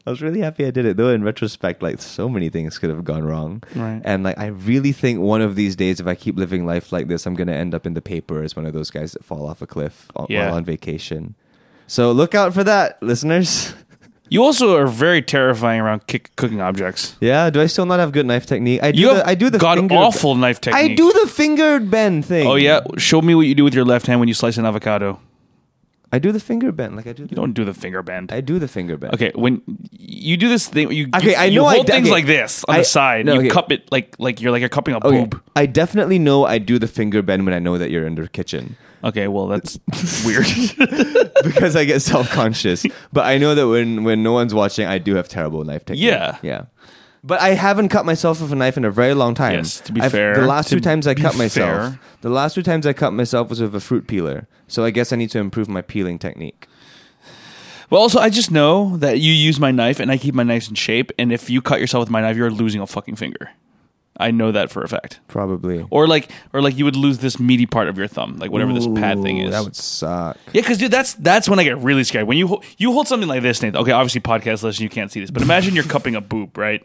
C: I was really happy I did it, though. In retrospect, like so many things could have gone wrong,
B: Right.
C: and like I really think one of these days, if I keep living life like this, I'm gonna end up in the paper as one of those guys that fall off a cliff o-
B: Yeah.
C: while on vacation. So look out for that, listeners.
B: You also are very terrifying around kick, cooking objects.
C: yeah, do I still not have good knife technique? I do.
B: You
C: the,
B: have
C: I do the
B: god
C: finger-
B: awful knife technique.
C: I do the finger bend thing.
B: Oh yeah, show me what you do with your left hand when you slice an avocado.
C: I do the finger bend. Like I do. The,
B: You don't do the finger bend.
C: I do the finger bend.
B: okay, when you do this thing, you
C: Okay,
B: you,
C: I
B: you
C: know I
B: hold
C: d-
B: things
C: okay.
B: like this on
C: I-
B: the side.
C: no,
B: you
C: okay.
B: cup it like like you're like you're cupping a
C: Okay.
B: boob.
C: Oh, I definitely know I do the finger bend when I know that you're in the kitchen
B: Okay, well that's weird.
C: because I get self conscious. but I know that when when no one's watching, I do have terrible knife technique.
B: Yeah.
C: yeah. But I haven't cut myself with a knife in a very long time.
B: Yes, to be
C: I've-
B: fair,
C: the last
B: to
C: two times I
B: be
C: cut myself,
B: fair.
C: the last two times I cut myself was with a fruit peeler. So I guess I need to improve my peeling technique.
B: well, also I just know that you use my knife and I keep my knives in shape. And if you cut yourself with my knife, you're losing a fucking finger. I know that for a fact.
C: Probably
B: Or like or like you would lose this meaty part of your thumb, like whatever this pad thing
C: Ooh,
B: is.
C: That would suck.
B: Yeah, because dude, that's that's when I get really scared. When you ho- you hold something like this, Nathan. Okay, obviously podcast listen, you can't see this, but imagine you're cupping a boob, right?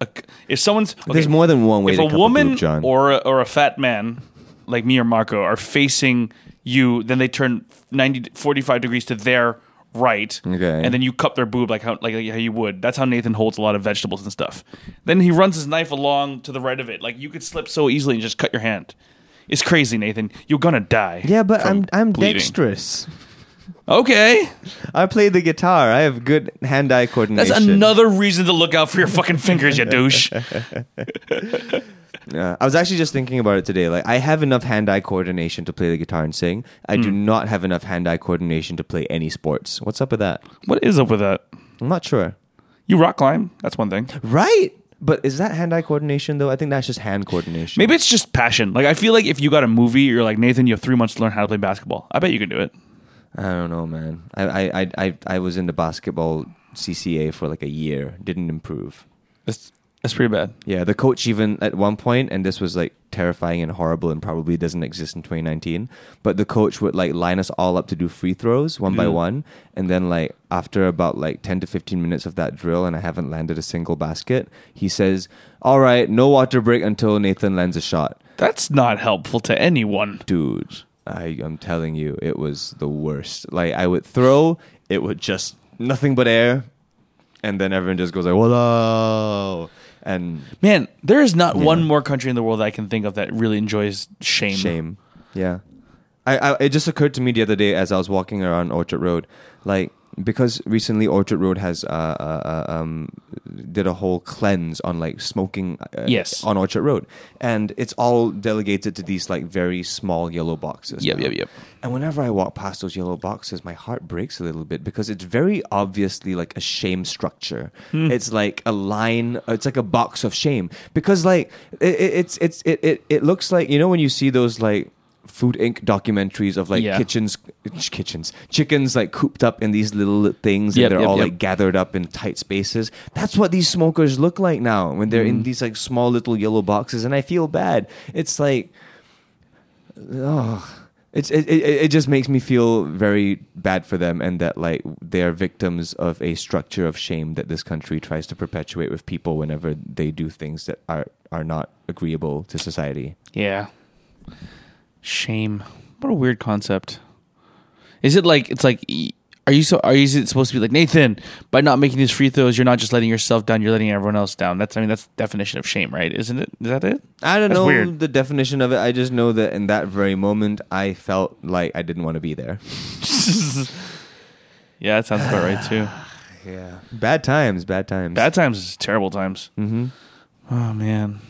B: A c- if someone's okay,
C: There's more than one way
B: If
C: to
B: a
C: cup a
B: woman
C: boob, John.
B: or a, or a fat man like me or Marco are facing you, then they turn 90, 45 degrees to their right,
C: Okay.
B: and then you cup their boob like how like, how you would. That's how Nathan holds a lot of vegetables and stuff. Then he runs his knife along to the right of it, like you could slip so easily and just cut your hand. It's crazy, Nathan. You're gonna die.
C: Yeah, but
B: from
C: I'm I'm
B: bleeding.
C: dexterous.
B: Okay.
C: I play the guitar. I have good hand-eye coordination.
B: That's another reason to look out for your fucking fingers, you douche.
C: Yeah. I was actually just thinking about it today. Like, I have enough hand-eye coordination to play the guitar and sing. I do not have enough hand-eye coordination to play any sports. What's up with that?
B: What is up with that?
C: I'm not sure.
B: You rock climb. That's one thing.
C: Right? But is that hand-eye coordination though? I think that's just hand coordination.
B: Maybe it's just passion. Like I feel like if you got a movie, you're like Nathan. You have three months to learn how to play basketball. I bet you can do it.
C: I don't know, man. I I I I, I was in the basketball CCA for like a year. Didn't improve.
B: That's that's pretty bad.
C: Yeah, the coach even at one point, and this was like terrifying and horrible, and probably doesn't exist in 2019. But the coach would like line us all up to do free throws one by
B: Yeah.
C: one, and then like after about like 10 to 15 minutes of that drill, and I haven't landed a single basket, he says, "All right, no water break until Nathan lands a shot."
B: That's not helpful to anyone.
C: Dude, I am telling you, it was the worst. Like I would throw, it would just nothing but air, and then everyone just goes like, "Whoa!" and
B: Man, there is not one more country in the world that I can think of that really enjoys shame.
C: Shame. Yeah. I, I it just occurred to me the other day as I was walking around Orchard Road, like because recently Orchard Road has uh, uh, uh, um, did a whole cleanse on like smoking uh,
B: Yes.
C: on Orchard Road, and it's all delegated to these like very small yellow boxes.
B: Yep,
C: now.
B: yep, yep.
C: And whenever I walk past those yellow boxes, my heart breaks a little bit because it's very obviously like a shame structure.
B: Hmm.
C: It's like a line. It's like a box of shame because like it, it, it's it's it, it it looks like you know when you see those like. Food Inc. documentaries of like
B: Yeah.
C: kitchens, kitchens, chickens like cooped up in these little things,
B: Yep,
C: and they're
B: yep,
C: all
B: yep.
C: like gathered up in tight spaces. That's what these smokers look like now when they're
B: Mm.
C: in these like small little yellow boxes, and I feel bad. It's like it's it, it, it just makes me feel very bad for them and that like they are victims of a structure of shame that this country tries to perpetuate with people whenever they do things that are are not agreeable to society.
B: Yeah. Shame. What a weird concept. Is it like it's like e- are you so are you is it supposed to be like Nathan, by not making these free throws, you're not just letting yourself down, you're letting everyone else down. That's I mean that's the definition of shame, right? Isn't it? Is that it?
C: I don't
B: That's
C: know
B: weird.
C: the definition of it. I just know that in that very moment I felt like I didn't want to be there.
B: Yeah, that sounds about right too.
C: Yeah. Bad times, bad times.
B: Bad times is terrible times.
C: mm-hmm.
B: Oh man.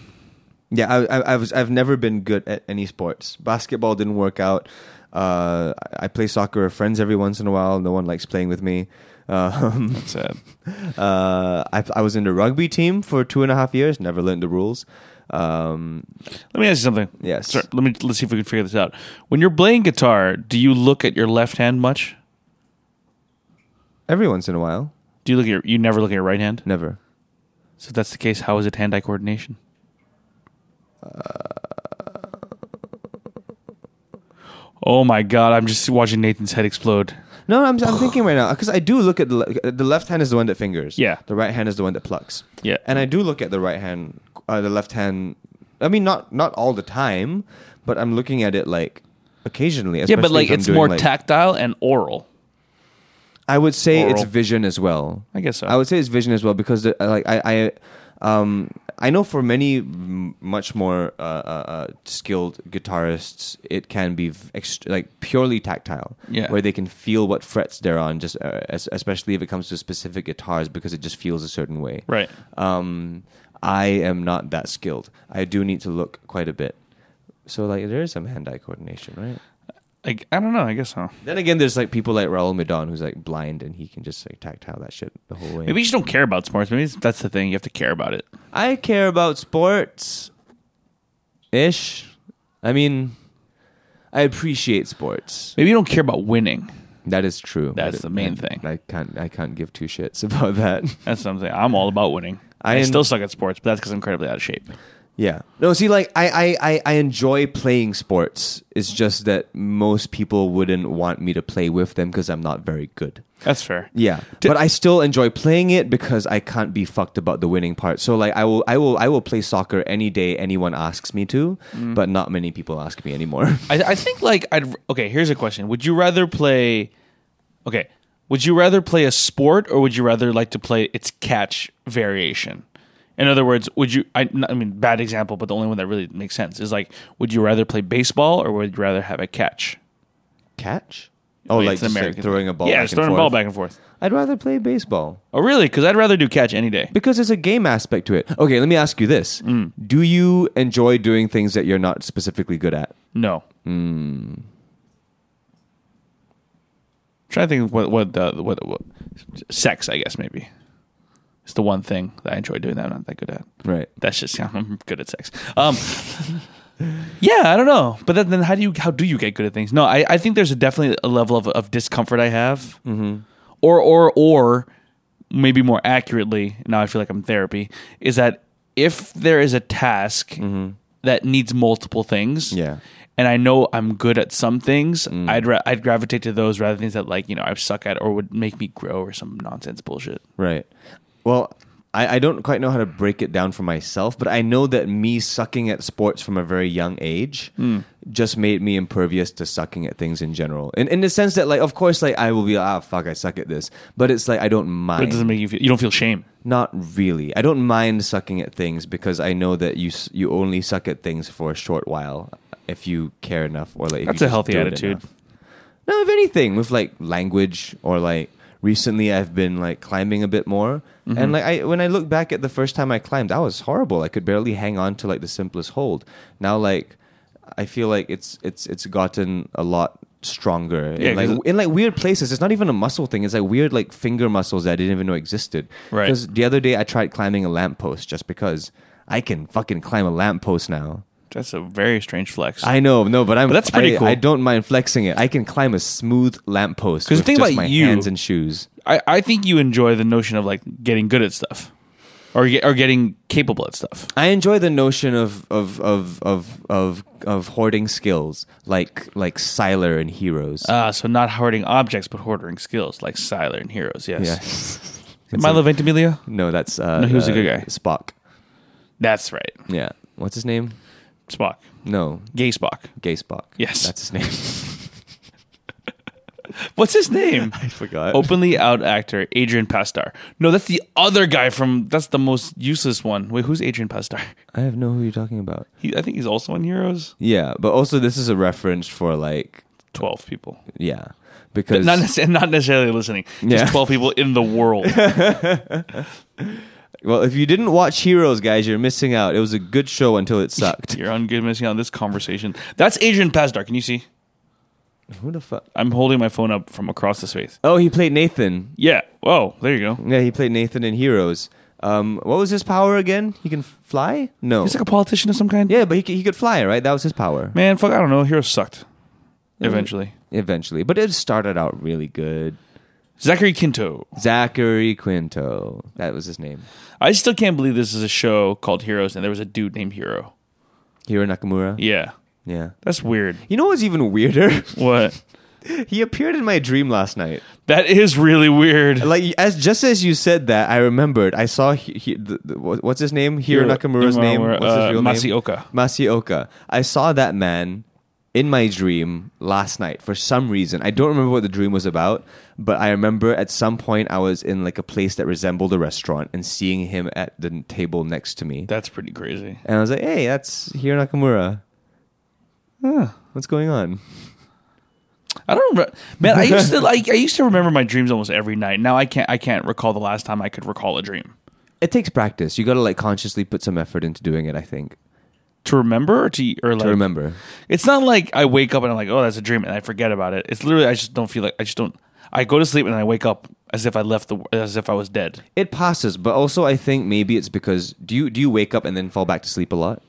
C: Yeah, I, I, I was. I've never been good at any sports. Basketball didn't work out. Uh, I I play soccer with friends every once in a while. No one likes playing with me. Um,
B: That's sad.
C: uh, I, I was in the rugby team for two and a half years. Never learned the rules. Um,
B: Let me ask you something.
C: Yes.
B: Sir, let me let's see if we can figure this out. When you're playing guitar, do you look at your left hand much?
C: every once in a while,
B: Do you look at your you never look at your right hand?
C: never.
B: So if that's the case, how is it hand eye coordination? Uh, oh my god, I'm just watching Nathan's head explode.
C: No, I'm, I'm thinking right now because I do look at the le- the left hand is the one that fingers.
B: Yeah.
C: the right hand is the one that plucks.
B: Yeah.
C: and I do look at the right hand, uh, the left hand. I mean, not not all the time, but I'm looking at it like occasionally.
B: yeah, but
C: especially
B: like
C: if I'm
B: it's
C: doing,
B: more
C: like-
B: tactile and oral.
C: I would say it's
B: Oral.
C: vision as well.
B: I guess so.
C: I would say it's vision as well because the, like I, I, um, I know for many m- much more uh, uh, uh, skilled guitarists, it can be v- ext- like purely tactile,
B: Yeah.
C: where they can feel what frets they're on, just uh, es- especially if it comes to specific guitars because it just feels a certain way.
B: Right.
C: Um, I am not that skilled. I do need to look quite a bit. So like there is some hand-eye coordination, right?
B: Like I don't know, I guess so.
C: Then again, there's like people like Raul Madon who's like blind and he can just like tactile that shit the whole way.
B: Maybe you just don't care about sports. Maybe it's- that's the thing. You have to care about it.
C: I care about sports, ish. I mean, I appreciate sports.
B: Maybe you don't care about winning.
C: That is true.
B: That's
C: I-
B: the main
C: I-
B: thing.
C: I can't. I can't give two shits about that.
B: That's something. I'm all about winning.
C: I
B: I,
C: am-
B: still suck at sports, but that's because I'm incredibly out of shape.
C: Yeah. No, see, like I, I, I, I enjoy playing sports. It's just that most people wouldn't want me to play with them because I'm not very good.
B: That's fair.
C: Yeah, but I still enjoy playing it because I can't be fucked about the winning part. So like I will I will I will play soccer any day anyone asks me to,
B: Mm.
C: but not many people ask me anymore.
B: I, I think like I'd okay. Here's a question: Would you rather play? Okay, would you rather play a sport or would you rather like to play its catch variation? In other words, would you? I, not- I mean, bad example, but the only one that really makes sense is like, would you rather play baseball or would you rather have a catch?
C: Catch? Oh,
B: Wait,
C: like
B: it's an
C: just like
B: American
C: throwing
B: thing.
C: a ball.
B: Yeah,
C: back
B: just
C: and
B: throwing a
C: forth.
B: ball back and forth.
C: I'd rather play baseball
B: Oh, really? Because I'd rather do catch any day.
C: because there's a game aspect to it. Okay, let me ask you this:
B: Mm.
C: Do you enjoy doing things that you're not specifically good at?
B: No. Hmm. trying to think of what what, uh, what what sex I guess maybe. It's the one thing that I enjoy doing that I'm not that good at.
C: Right.
B: That's just I'm good at sex. Um, yeah, I don't know. But then, then how do you how do you get good at things? No, I, I think there's a definitely a level of, of discomfort I have, mm-hmm. or or or maybe more accurately. Now I feel like I'm therapy. Is that if there is a task that needs multiple things?
C: Mm-hmm. Yeah. Mm.
B: And I know I'm good at some things. I'd ra- I'd gravitate to those rather than things that like you know I suck at or would make me grow or some nonsense bullshit.
C: Right. Well, I, I don't quite know how to break it down for myself, but I know that me sucking at sports from a very young age
B: Hmm.
C: just made me impervious to sucking at things in general. In in the sense that, like, of course, like I will be, ah, fuck, I suck at this, but it's like I don't mind.
B: But it doesn't make you feel you don't feel shame.
C: Not really. I don't mind sucking at things because I know that you s- you only suck at things for a short while if you care enough or like. If
B: That's a
C: you just
B: healthy
C: do it
B: attitude.
C: enough. No, if anything, with like language or like recently I've been like climbing a bit more.
B: Mm-hmm.
C: And like I when I look back at the first time I climbed, that was horrible. I could barely hang on to like the simplest hold. Now like I feel like it's it's it's gotten a lot stronger
B: Yeah,
C: in like
B: 'cause-
C: in like weird places. It's not even a muscle thing. It's like weird like finger muscles that I didn't even know existed.
B: Right.
C: Because the other day I tried climbing a lamppost just because I can fucking climb a lamppost now.
B: That's a very strange flex.
C: I know, no, but I'm.
B: But that's pretty
C: I,
B: cool.
C: I don't mind flexing it. I can climb a smooth lamppost
B: 'Cause
C: with
B: the thing
C: just
B: about
C: my
B: you-
C: hands and shoes.
B: I, I think you enjoy the notion of like getting good at stuff, or get, or getting capable at stuff.
C: I enjoy the notion of of of of of, of hoarding skills, like like Siler and Heroes.
B: Ah, so not hoarding objects, but hoarding skills like Siler and heroes. Yes.
C: yes.
B: Milo Ventimiglia.
C: No, that's uh,
B: No, he was a
C: uh,
B: good guy.
C: Spock.
B: That's right.
C: Yeah. What's his name?
B: Spock.
C: No,
B: Gay Spock.
C: Gay Spock.
B: Yes.
C: that's his name.
B: What's his name?
C: I forgot.
B: Openly out actor Adrian Pastar. No, that's the other guy from. That's the most useless one. Wait, who's Adrian Pastar?
C: I have no who you're talking about.
B: He, I think he's also on Heroes.
C: Yeah, but also this is a reference for like
B: Twelve people,
C: yeah
B: but
C: because
B: not necessarily, not necessarily listening.
C: Yeah.
B: Just twelve people in the world.
C: Well, if you didn't watch Heroes, guys, you're missing out. It was a good show until it sucked.
B: You're on good missing out on this conversation. That's Adrian Pasdar. Can you see?
C: Who the fuck?
B: I'm holding my phone up from across the space.
C: Oh, he played Nathan.
B: Yeah. Whoa. There you go.
C: Yeah, he played Nathan in Heroes. Um, what was his power again? He can f- fly? No.
B: He's like a politician of some kind.
C: yeah, but he, c- he could fly, right? That was his power.
B: Man, fuck. I don't know. Heroes sucked. Eventually,
C: Eventually, but it started out really good.
B: Zachary Quinto.
C: Zachary Quinto, that was his name.
B: I still can't believe this is a show called Heroes, and there was a dude named Hero.
C: Hiro Nakamura.
B: Yeah.
C: Yeah.
B: That's weird.
C: You know what's even weirder?
B: What?
C: he appeared in my dream last night.
B: That is really weird.
C: Like as just as you said that, I remembered. I saw he, he, the, the, what- what's his name? Hiro
B: Hiro-
C: Nakamura's
B: Nakamura,
C: name. What's
B: uh,
C: his real
B: Masioka.
C: name? Masioka. I saw that man in my dream last night for some reason. I don't remember what the dream was about, but I remember at some point I was in like a place that resembled a restaurant and seeing him at the n- table next to me.
B: That's pretty crazy.
C: And I was like, "Hey, that's Hiro Nakamura.
B: Huh.
C: What's going on?"
B: I don't re- man. I used to like. I used to remember my dreams almost every night. Now I can't. I can't recall the last time I could recall a dream.
C: It takes practice. You got to like consciously put some effort into doing it, I think.
B: To remember or to or like
C: To remember.
B: It's not like I wake up and I'm like, oh, that's a dream, and I forget about it. It's literally I just don't feel like I just don't. I go to sleep and I wake up as if I left the as if I was dead.
C: It passes, but also I think maybe it's because do you do you wake up and then fall back to sleep a lot?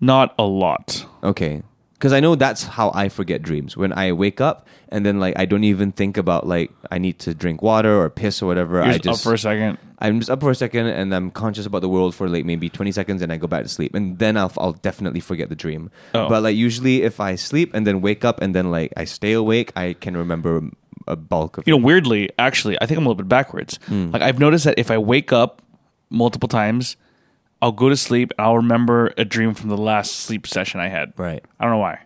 B: Not a lot.
C: Okay. Cuz I know that's how I forget dreams. When I wake up and then like I don't even think about like I need to drink water or piss or whatever.
B: You're
C: I
B: just
C: just
B: up for a second.
C: I'm just up for a second and I'm conscious about the world for like maybe 20 seconds and I go back to sleep and then I'll, I'll definitely forget the dream.
B: Oh.
C: But like usually if I sleep and then wake up and then like I stay awake, I can remember a bulk of
B: You know, weirdly, actually, I think I'm a little bit backwards.
C: Hmm.
B: Like I've noticed that if I wake up multiple times, I'll go to sleep and I'll remember a dream from the last sleep session I had.
C: Right.
B: I don't know why.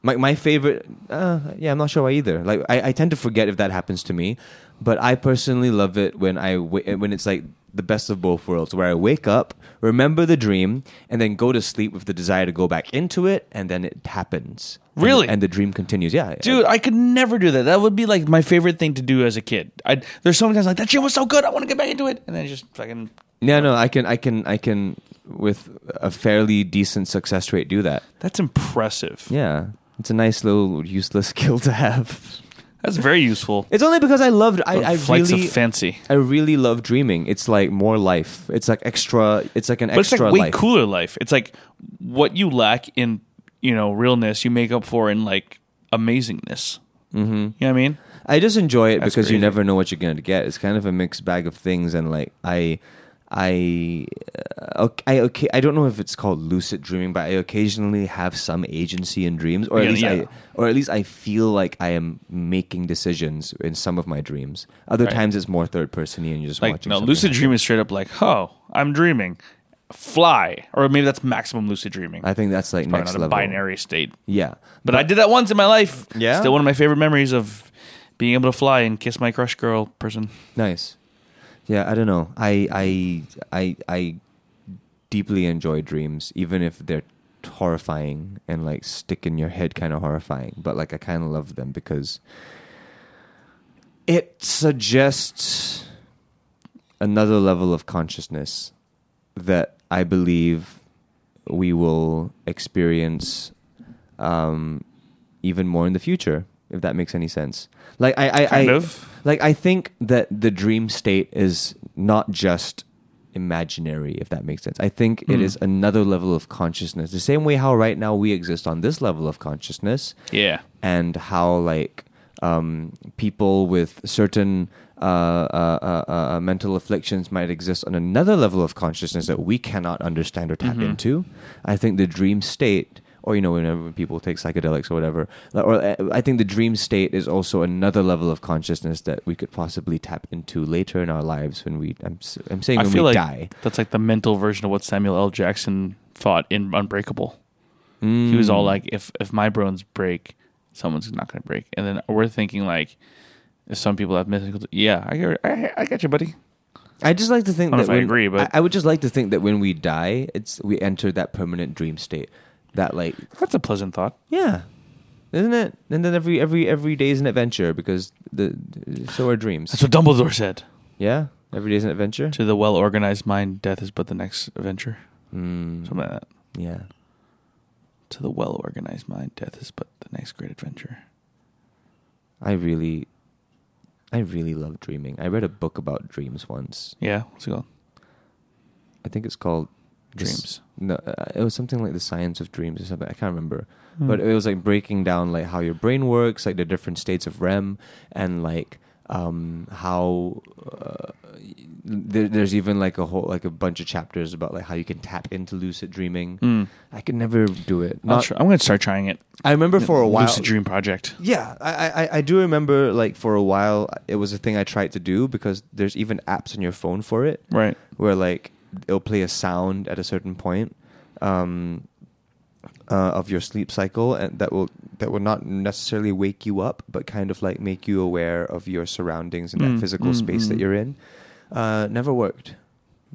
C: My my favorite, uh, yeah, I'm not sure why either. Like I, I tend to forget if that happens to me, but I personally love it when I wa- when it's like the best of both worlds, where I wake up, remember the dream, and then go to sleep with the desire to go back into it, and then it happens. And-
B: Really?
C: and, the dream continues. Yeah, Uh,
B: Dude, I could never do that. That would be like my favorite thing to do as a kid. I there's so many times like that shit was so good. I want to get back into it, and then I just fucking
C: No, no, I can, I can, I can, with a fairly decent success rate, do that.
B: that's impressive.
C: Yeah, it's a nice little useless skill to have.
B: That's very useful.
C: It's only because I loved. I, I
B: flights
C: really
B: of fancy.
C: I really love dreaming. It's like more life. It's like extra. It's like an
B: But it's
C: extra
B: like way
C: life.
B: cooler life. It's like what you lack in, you know, realness, you make up for in like amazingness. Mm-hmm. You know what I mean?
C: I just enjoy it because you
B: crazy.
C: never know what you're gonna get. It's kind of a mixed bag of things, and like I, I, uh, oc- I okay. I don't know if it's called lucid dreaming, but I occasionally have some agency in dreams, or at
B: Yeah,
C: least
B: yeah.
C: I, or at least I feel like I am making decisions in some of my dreams. Other
B: Right.
C: times it's more third person and you're just
B: Like
C: watching.
B: no,
C: something
B: lucid
C: happen.
B: dream is straight up like, oh, I'm dreaming. Fly. Or maybe that's maximum lucid dreaming.
C: I think that's like
B: Probably
C: next
B: not a
C: level.
B: binary state.
C: Yeah,
B: But, I did that once in my life.
C: Yeah?
B: Still one of my favorite memories of being able to fly and kiss my crush girl person.
C: Nice. Yeah, I don't know. I I I I deeply enjoy dreams, even if they're horrifying and like stick in your head kind of horrifying. But like I kind of love them because it suggests another level of consciousness that I believe we will experience um, even more in the future, if that makes any sense. Like I, I,
B: Kind
C: I
B: of.
C: like I think that the dream state is not just imaginary, if that makes sense. I think it
B: Hmm.
C: is another level of consciousness. The same way how right now we exist on this level of consciousness,
B: Yeah.
C: and how like um, people with certain uh, uh, uh, uh, mental afflictions might exist on another level of consciousness that we cannot understand or tap
B: Mm-hmm.
C: into. I think the dream state, or you know, whenever people take psychedelics or whatever, or uh, I think the dream state is also another level of consciousness that we could possibly tap into later in our lives when we. I'm, s- I'm saying
B: I
C: when
B: feel like
C: we die.
B: that's like the mental version of what Samuel L. Jackson thought in Unbreakable. He was all like, "If if my bones break, someone's not going to break." And then we're thinking like, if some people have mystical, yeah, I get, I, I get you, buddy.
C: I just like to think
B: I don't
C: that
B: know if I
C: when-
B: agree, but-
C: I, I would just like to think that when we die, it's we enter that permanent dream state. That like
B: That's a pleasant thought.
C: Yeah, isn't it? And then every every every day is an adventure because the so are dreams.
B: That's what Dumbledore said
C: Yeah, every day is an adventure.
B: to the well organized mind. Death is but the next adventure.
C: Mm,
B: Something like that.
C: yeah,
B: To the well organized mind, death is but the next great adventure.
C: I really, I really love dreaming. I read a book about dreams once.
B: Yeah, what's it called?
C: I think it's called The S-
B: Dreams.
C: No, uh, it was something like the science of dreams or something. I can't remember,
B: Hmm.
C: but it was like breaking down like how your brain works, like the different states of REM, and like um, how uh, there, there's even like a whole like a bunch of chapters about like how you can tap into lucid dreaming.
B: Mm.
C: I could never do it.
B: I'll
C: Not,
B: try- I'm going to start trying it.
C: I remember for a while.
B: Lucid Dream Project.
C: Yeah, I, I- I I do remember like for a while it was a thing I tried to do because there's even apps on your phone for it
B: Right.
C: where like it'll play a sound at a certain point um, uh, of your sleep cycle, and that will that will not necessarily wake you up, but kind of like make you aware of your surroundings and
B: Mm,
C: that physical
B: mm,
C: space
B: mm.
C: that you're in. Uh, never worked,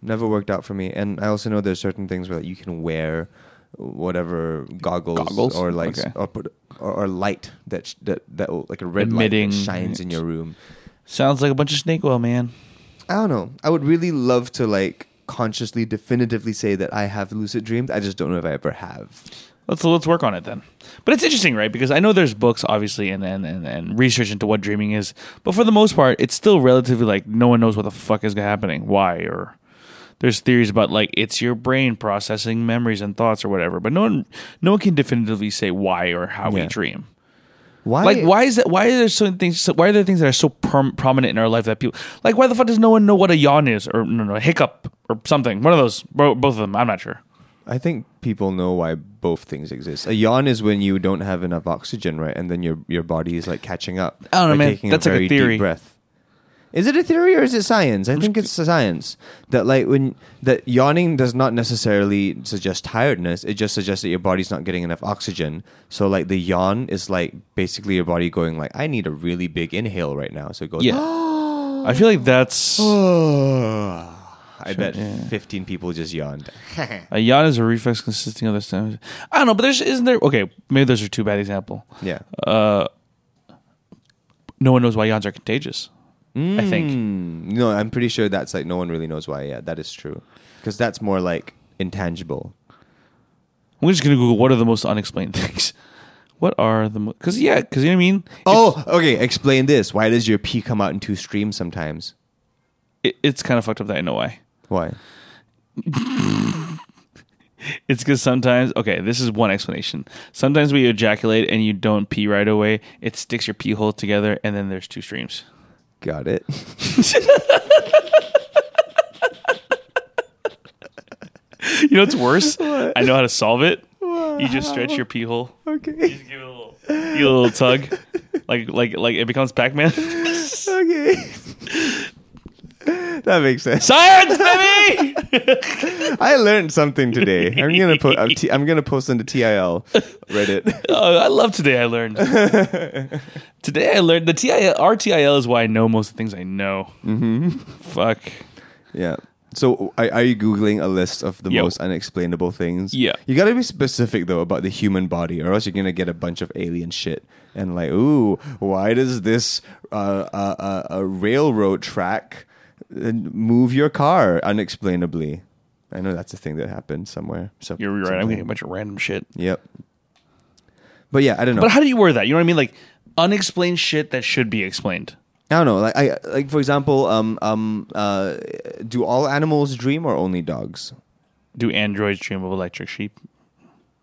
C: never worked out for me. And I also know there's certain things where like, you can wear whatever goggles,
B: Goggles?
C: or like s-
B: Okay.
C: or, put, or, or light that sh- that that will, like a red
B: Emitting-
C: light that shines in your room.
B: Sounds like a bunch of snake oil, man.
C: I don't know. I would really love to like consciously, definitively say that I have lucid dreams. I just don't know if I ever have.
B: Let's let's work on it then. But it's interesting, right? Because I know there's books, obviously, and and, and and research into what dreaming is. But for the most part, it's still relatively like no one knows what the fuck is happening, why, or there's theories about like it's your brain processing memories and thoughts or whatever. But no one no one can definitively say why or how we
C: Yeah.
B: dream.
C: Why?
B: Like why is that? Why are there certain things? so- Why are there things that are so perm- prominent in our life that people like? Why the fuck does no one know what a yawn is or no no a hiccup or something? One of those, bo- both of them. I'm not sure.
C: I think people know why both things exist. A yawn is when you don't have enough oxygen, right? And then your your body is like catching up.
B: I don't know,
C: by
B: man.
C: taking
B: That's like a
C: very deep
B: theory.
C: breath. Is it a theory or is it science? I think it's a science that like when that yawning does not necessarily suggest tiredness. It just suggests that your body's not getting enough oxygen. So like the yawn is like basically your body going like I need a really big inhale right now. So it goes.
B: Yeah, I feel like that's.
C: Oh, "Ah." I bet 15 people just yawned.
B: A yawn is a reflex consisting of the stem. I don't know, but there's isn't there? Okay, maybe those are two bad example.
C: Yeah.
B: No one knows why yawns are contagious. I think
C: Mm, no, I'm pretty sure that's like no one really knows why. Yeah, that is true. Because that's more like intangible.
B: I'm just gonna Google what are the most unexplained things. What are the because yeah because you know what I mean.
C: Oh, okay. Explain this. Why does your pee come out in two streams sometimes?
B: It, it's kind of fucked up that I know why.
C: Why?
B: It's because sometimes okay, this is one explanation. Sometimes we ejaculate and you don't pee right away. It sticks your pee hole together, and then there's two streams.
C: Got it.
B: You know what's worse? I know how to solve it. You just stretch your pee hole.
C: Okay.
B: Give it a little, give it a little tug, like like like it becomes Pac Man.
C: Okay. that makes sense.
B: Science, baby.
C: I learned something today. I'm gonna put. I'm, t- I'm gonna post on the TIL Reddit.
B: oh, I love today. I learned today. I learned the TIL RTIL is why I know most of the things I know. Mm-hmm. Fuck.
C: Yeah. So are, are you googling a list of the
B: Yo.
C: most unexplainable things?
B: Yeah.
C: You got to be specific though about the human body, or else you're gonna get a bunch of alien shit and like, ooh, why does this uh, uh, uh, uh, railroad track uh, move your car unexplainably? I know that's a thing that happened somewhere. So
B: You're right. I'm
C: something.
B: getting a bunch of random shit.
C: Yep. But yeah, I don't know.
B: But how do you word that? You know what I mean? Like unexplained shit that should be explained.
C: I don't know. Like I like for example, um um uh do all animals dream or only dogs?
B: Do androids dream of electric sheep?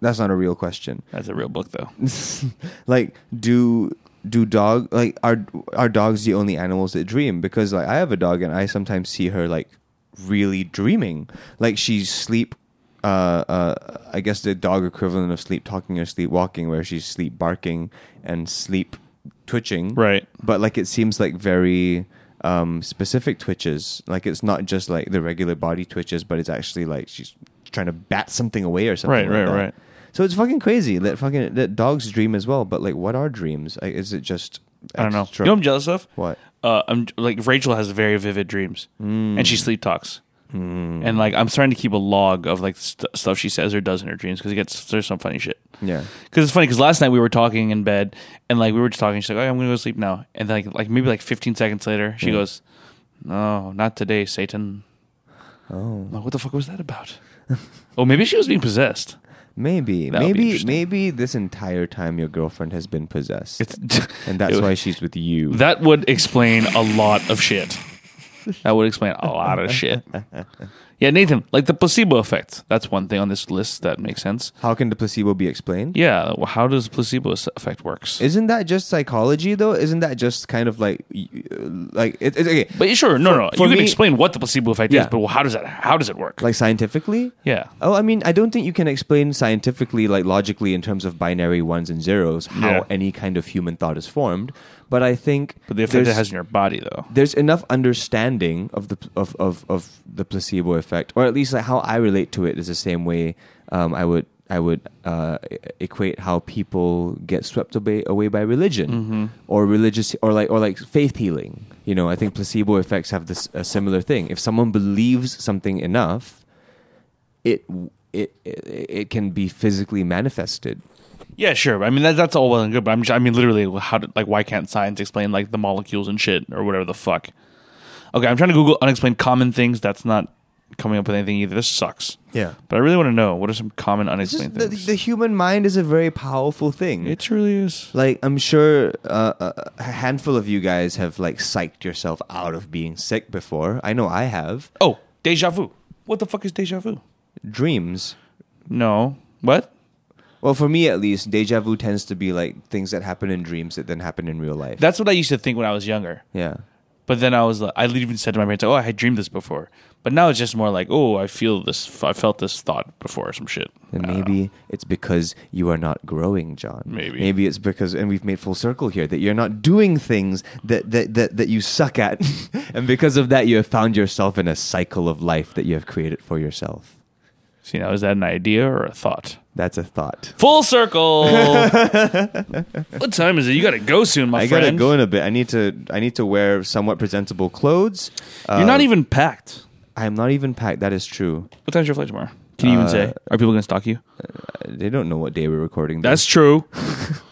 C: That's not a real question.
B: That's a real book, though.
C: Like do do dog like are are dogs the only animals that dream? Because like I have a dog and I sometimes see her like really dreaming. Like she's sleep uh, uh, I guess the dog equivalent of sleep talking or sleep walking, where she's sleep barking and sleep twitching,
B: Right.
C: but like it seems like very um specific twitches like it's not just like the regular body twitches but it's actually like she's trying to bat something away or
B: Right,
C: something like
B: right,
C: that.
B: right.
C: so it's fucking crazy that fucking that dogs dream as well but like what are dreams like, is it just
B: I don't know. You
C: extra-
B: know what I'm jealous of?
C: What?
B: Uh, I'm like Rachel has very vivid dreams, and she sleep talks. And like I'm starting to keep a log of like st- stuff she says or does in her dreams because it gets there's some funny shit.
C: yeah
B: Because it's funny because last night we were talking in bed and like we were just talking. She's like, "Okay, I'm gonna go sleep now." And like like maybe like 15 seconds later, she goes, "No, not today, Satan." Oh, like, what the fuck was that about? oh, maybe she was being possessed.
C: maybe
B: That would be
C: maybe
B: interesting.
C: maybe this entire time your girlfriend has been possessed and that's
B: It-
C: why she's with you
B: That would explain a lot of shit. That would explain a lot of shit. Yeah, Nathan, like the placebo effect. That's one thing on this list that makes sense.
C: how can the placebo be explained
B: Yeah, well, how does placebo s- effect works?
C: isn't that just psychology though isn't that just kind of like y- y- like it, it's okay
B: But sure, no, no,
C: for
B: you can
C: me-
B: explain what the placebo effect is,
C: Yeah.
B: but how does that? How does it work?
C: like scientifically
B: yeah,
C: Oh, I mean, I don't think you can explain scientifically, like logically, in terms of binary ones and zeros, how
B: Yeah.
C: any kind of human thought is formed. But I think
B: but the effect
C: there's,
B: it has in your body, though.
C: there's enough understanding of the pl- of, of, of the placebo effect, or at least like how I relate to it is the same way um, I would I would uh, e- equate how people get swept away away by religion or religious or like or like faith healing. You know, I think placebo effects have this a similar thing. If someone believes something enough it it it, it can be physically manifested.
B: Yeah, sure. I mean, that, that's all well and good, but I'm just, I mean, literally, how did, like, why can't science explain like the molecules and shit or whatever the fuck? Okay, I'm trying to Google unexplained common things. That's not coming up with anything either. This sucks.
C: Yeah.
B: but I really want to know what are some common unexplained
C: Just the,
B: things.
C: the human mind is a very powerful thing.
B: it really is.
C: like I'm sure uh, a- a handful of you guys have like psyched yourself out of being sick before. I know I have.
B: Oh, deja vu. What the fuck is deja vu?
C: Dreams.
B: No. What?
C: Well, for me at least, deja vu tends to be like things that happen in dreams that then happen in real life.
B: That's what I used to think when I was younger.
C: yeah.
B: But then I was like, I even said to my parents, "Oh, I had dreamed this before." But now it's just more like, "Oh, I feel this. I felt this thought before or some shit." Uh,
C: And
B: I don't know.
C: maybe it's because you are not growing, John.
B: Maybe.
C: Maybe it's because, and we've made full circle here, that you're not doing things that, that, that, that you suck at. and because of that, you have found yourself in a cycle of life that you have created for yourself.
B: See now, is that an idea or a thought?
C: That's a thought.
B: Full circle. what time is it? You gotta go soon, my
C: I
B: friend.
C: gotta go in a bit. I need to. I need to wear somewhat presentable clothes. Uh,
B: You're not e- even packed.
C: I'm not even packed. That is true.
B: What time's your flight tomorrow? Can you even say? Are people gonna stalk you?
C: They Uh, don't know what day we're recording. This.
B: That's true.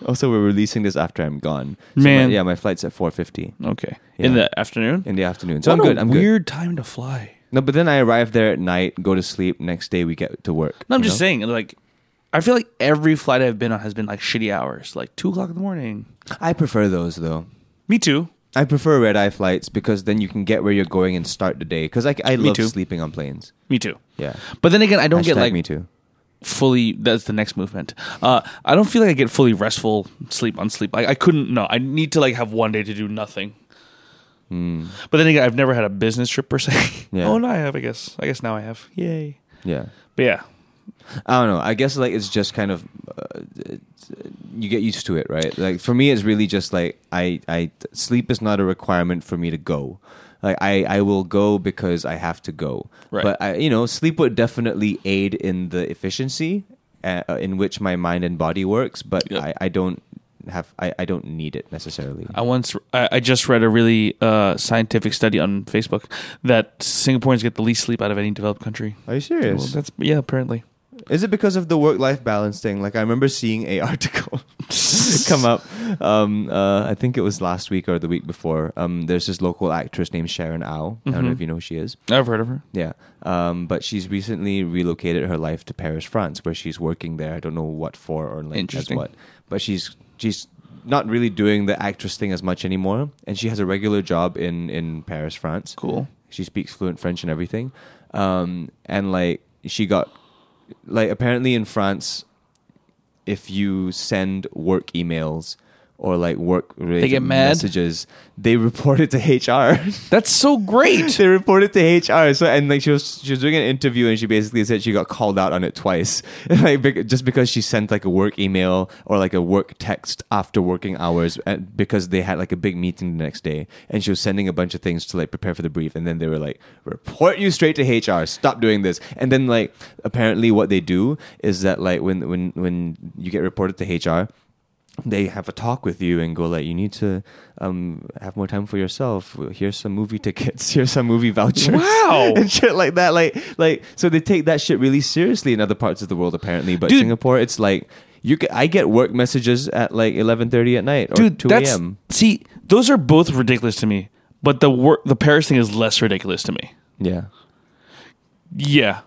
C: also we're releasing this after I'm gone. So
B: Man.
C: my, yeah, my flight's at 4:50
B: Okay.
C: Yeah.
B: In the afternoon.
C: in the afternoon. So
B: what
C: I'm good.
B: A
C: I'm good.
B: weird time to fly.
C: No, but then I arrive there at night, go to sleep. Next day we get to work.
B: No, I'm
C: you
B: just
C: know?
B: saying. Like, I feel like every flight I've been on has been like shitty hours, like two o'clock in the morning.
C: I prefer those though.
B: Me too.
C: I prefer red eye flights because then you can get where you're going and start the day. Because I, I love
B: too.
C: sleeping on planes.
B: Me too.
C: Yeah.
B: But then again, I don't get
C: Hashtag
B: like
C: me too.
B: fully. That's the next movement. Uh, I don't feel like I get fully restful sleep on sleep. I, I couldn't. No, I need to like have one day to do nothing. But then again, I've never had a business trip per se.
C: Yeah.
B: Oh no, I have. I guess. I guess now I have. Yay.
C: Yeah.
B: But yeah,
C: I don't know. I guess like it's just kind of uh, it's, uh, you get used to it, right? Like for me, it's really just like I I sleep is not a requirement for me to go. Like I I will go because I have to go.
B: Right.
C: But I you know sleep would definitely aid uh, in the efficiency uh, in which my mind and body works. But
B: Yep.
C: I I don't have I, I don't need it necessarily.
B: I once I, I just read a really uh, scientific study on Facebook that Singaporeans get the least sleep out of any developed country.
C: Are you
B: Well,
C: serious?
B: that's yeah, apparently.
C: Is it because of the work life balance thing? Like I remember seeing a article come up. Um, uh, I think it was last week or the week before. Um, there's this local actress named Sharon Au. I don't know if you know who she is.
B: I've heard of her.
C: Yeah. Um, but she's recently relocated her life to Paris, France, where she's working there. I don't know what for or like as
B: Interesting.
C: what. But she's she's not really doing the actress thing as much anymore. And she has a regular job in, in Paris, France.
B: Cool.
C: She speaks fluent French and everything. Um, and like she got like apparently in France, if you send work emails or like work related
B: get mad?
C: messages, they report it to HR.
B: That's so great.
C: they reported to HR. So and like she was she was doing an interview and she basically said she got called out on it twice, like bec- just because she sent like a work email or like a work text after working hours uh, because they had like a big meeting the next day and she was sending a bunch of things to like prepare for the brief and then they were like report you straight to HR. Stop doing this. And then like apparently what they do is that like when when when you get reported to HR they have a talk with you and go like you need to um, have more time for yourself here's some movie tickets here's some movie vouchers
B: Wow.
C: and shit like that like like so they take that shit really seriously in other parts of the world apparently but
B: Dude.
C: singapore it's like you ca I get work messages at like 11:30 at night or
B: Dude,
C: 2
B: that's
C: a.m.
B: see, those are both ridiculous to me. But the wor- the Paris thing is less ridiculous to me.
C: yeah
B: Yeah,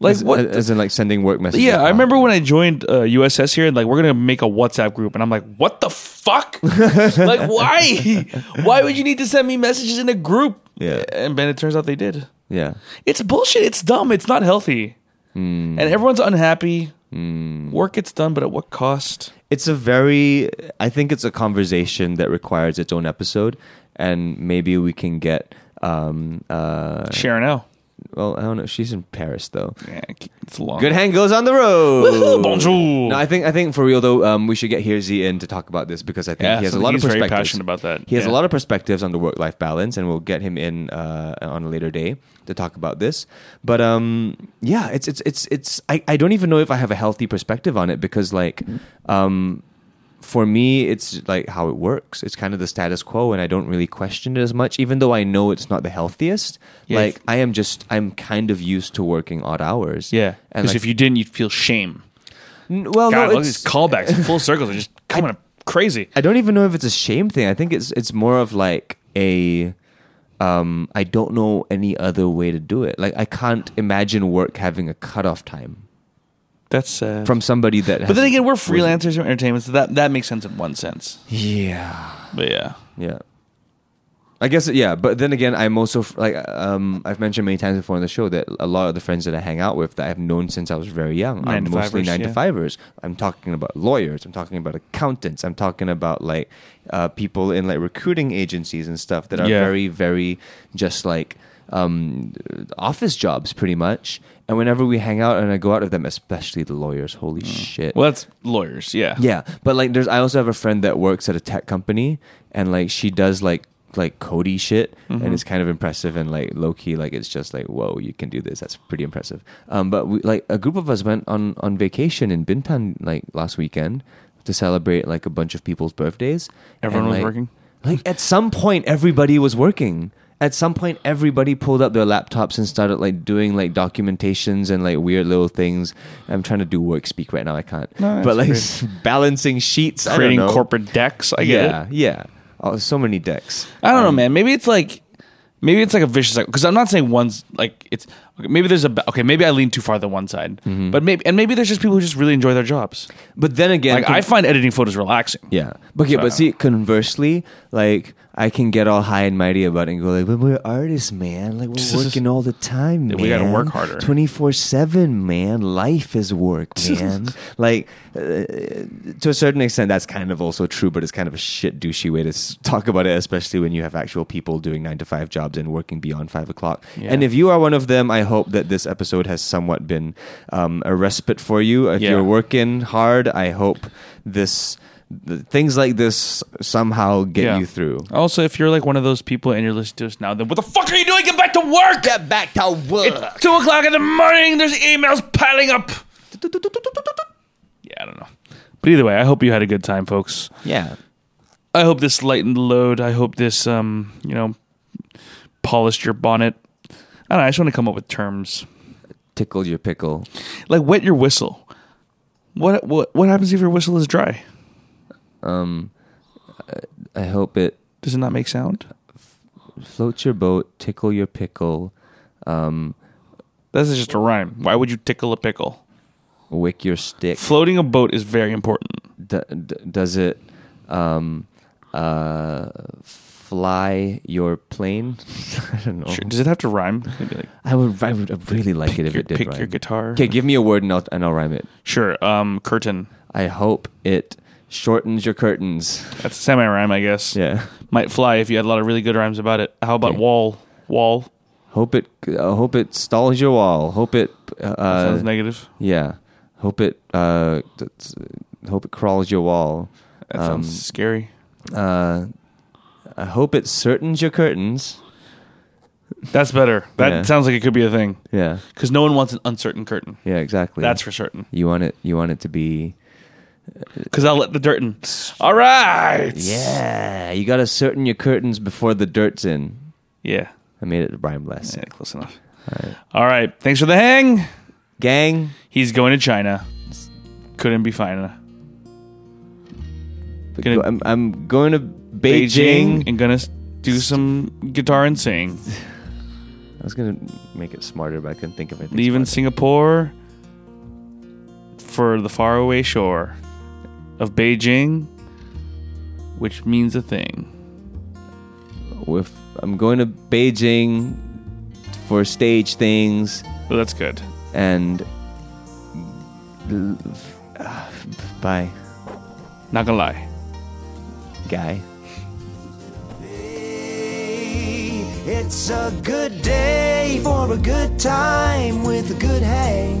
B: like
C: as,
B: what?
C: as in like sending work messages
B: yeah, I
C: out.
B: remember when I joined uh, USS here, and like we're gonna make a WhatsApp group, and I'm like, what the fuck? like, why? Why would you need to send me messages in a group?
C: Yeah.
B: and then it turns out they did.
C: yeah
B: It's bullshit. It's dumb. It's not healthy,
C: Hmm.
B: and everyone's unhappy. Work gets done, but at what cost?
C: it's a very i think it's a conversation that requires its own episode and maybe we can get um uh
B: Sharon O.
C: Well, I don't know. She's in Paris though.
B: Yeah, it's long.
C: Good hand goes on the road.
B: Woohoo, bonjour.
C: No, I think I think for real though, um, we should get Hearsy in to talk about this because I think
B: Yeah,
C: he has a
B: so
C: lot of
B: he's very
C: perspectives.
B: passionate about that.
C: He has
B: Yeah.
C: a lot of perspectives on the work-life balance, and we'll get him in uh, on a later day to talk about this. But um, yeah, it's it's it's it's. I, I don't even know if I have a healthy perspective on it because like, um, for me, it's like how it works. It's kind of the status quo, and I don't really question it as much, even though I know it's not the healthiest.
B: Yeah.
C: Like I am just I'm kind of used to working odd hours.
B: Yeah,
C: and
B: because
C: like,
B: if you didn't, you'd feel shame.
C: n- well,
B: God,
C: no,
B: all
C: it's
B: these callbacks, and full circles are just coming up crazy.
C: I don't even know if it's a shame thing. I think it's it's more of like a um I don't know any other way to do it. Like I can't imagine work having a cutoff time
B: That's uh,
C: from somebody that.
B: But then
C: has-
B: again, we're freelancers from entertainment, so that that makes sense in one sense.
C: yeah,
B: But yeah,
C: yeah. I guess yeah, but then again, I'm also f- like um, I've mentioned many times before on the show that a lot of the friends that I hang out with that I've known since I was very young are
B: Nine to
C: mostly
B: fivers,
C: nine to
B: yeah.
C: fivers. I'm talking about lawyers. I'm talking about accountants. I'm talking about like uh, people in like recruiting agencies and stuff that are
B: Yeah.
C: very very just like um, office jobs pretty much. And whenever we hang out and I go out with them, especially the lawyers, holy shit!
B: Mm. well, that's lawyers. Yeah,
C: Yeah, but like, there's. I also have a friend that works at a tech company, and like, she does like like Cody shit, and it's kind of impressive and like low key. Like, it's just like, whoa, you can do this. That's pretty impressive. Um, but we, like a group of us went on on vacation in Bintan like last weekend to celebrate like a bunch of people's birthdays.
B: Everyone
C: And,
B: was
C: like-
B: working?
C: Like at some point, everybody was working. At some point, everybody pulled up their laptops and started like doing like documentations and like weird little things. I'm trying to do work speak right now. I can't.
B: No, that's
C: but like
B: great.
C: balancing sheets, I don't
B: creating
C: know.
B: corporate decks. I get
C: yeah, um,
B: it.
C: yeah. Oh, so many decks.
B: I don't know, man. Maybe it's like, maybe it's like a vicious cycle. Because I'm not saying one's like it's. Okay, maybe there's a ba- okay. Maybe I lean too far to one side,
C: Mm-hmm.
B: but maybe and maybe there's just people who just really enjoy their jobs.
C: But then again,
B: Like I find editing photos relaxing. Uh,
C: yeah. But okay, but
B: So-
C: see, conversely, like I can get all high and mighty about it and go like, "But we're artists, man. Like we're working all the time, man.
B: We gotta work harder."
C: twenty four seven, man. Life is work, man. like uh, to a certain extent, that's kind of also true, but it's kind of a shit douchey way to s- talk about it, especially when you have actual people doing nine to five jobs and working beyond five o'clock.
B: Yeah.
C: And if you are one of them, I hope that this episode has somewhat been um, a respite for you. If
B: Yeah.
C: you're working hard, I hope this th- things like this somehow get
B: Yeah.
C: you through.
B: Also, if you're like one of those people and you're listening to us now, then what the fuck are you doing? Get back to work.
C: Get back to work.
B: Two o'clock in the morning. There's emails piling up. Yeah, I don't know. But either way, I hope you had a good time, folks.
C: Yeah.
B: I hope this lightened the load. I hope this, um, you know, polished your bonnet. I don't know. I just want to come up with terms
C: Tickle your pickle.
B: like wet your whistle. What what what happens if your whistle is dry?
C: Um, I, I hope it
B: Does it not make sound?
C: floats your boat, tickle your pickle, um,
B: This is just a rhyme. Why would you tickle a pickle?
C: wick your stick.
B: Floating a boat is very important.
C: D- d- does it um, uh, fly your plane? I don't know.
B: Sure. Does it have to rhyme? Can it be like,
C: I would. I would really like it if
B: your-
C: it did.
B: pick
C: rhyme.
B: your guitar.
C: Okay, give me a word and I'll, and I'll rhyme it.
B: Sure. Um, curtain.
C: I hope it shortens your curtains.
B: That's a semi rhyme, I guess.
C: Yeah.
B: Might fly if you had a lot of really good rhymes about it. How about
C: Okay.
B: wall? Wall.
C: Hope it. Uh, hope it stalls your wall. Hope it.
B: That
C: Uh,
B: sounds negative.
C: yeah. Hope it. Uh, d- d- hope it crawls your wall.
B: That
C: um,
B: sounds scary.
C: Uh, I hope it certains your curtains.
B: That's better. That
C: yeah.
B: sounds like it could be a thing
C: Yeah.
B: because no one wants an uncertain curtain.
C: Yeah. Exactly.
B: That's for certain.
C: you want it. You want it to be.
B: Because I'll let the dirt in. All right.
C: Yeah. You gotta certain your curtains before the dirt's in.
B: Yeah.
C: I made it rhyme less.
B: Yeah, close enough. All right. Thanks for the hang.
C: Gang.
B: He's going to China. Couldn't be finer. Gonna-
C: I'm, I'm going to Beijing.
B: Beijing and gonna s- do some guitar and sing.
C: I was gonna make it smarter, but I couldn't think of anything.
B: Leaving
C: smarter.
B: Singapore for the faraway shore of Beijing, which means a thing.
C: With, I'm going to Beijing for stage things
B: Well, that's good.
C: and Ah, bye,
B: Not gonna lie.
C: guy.
A: Hey, It's a good day for a good time with a good hang.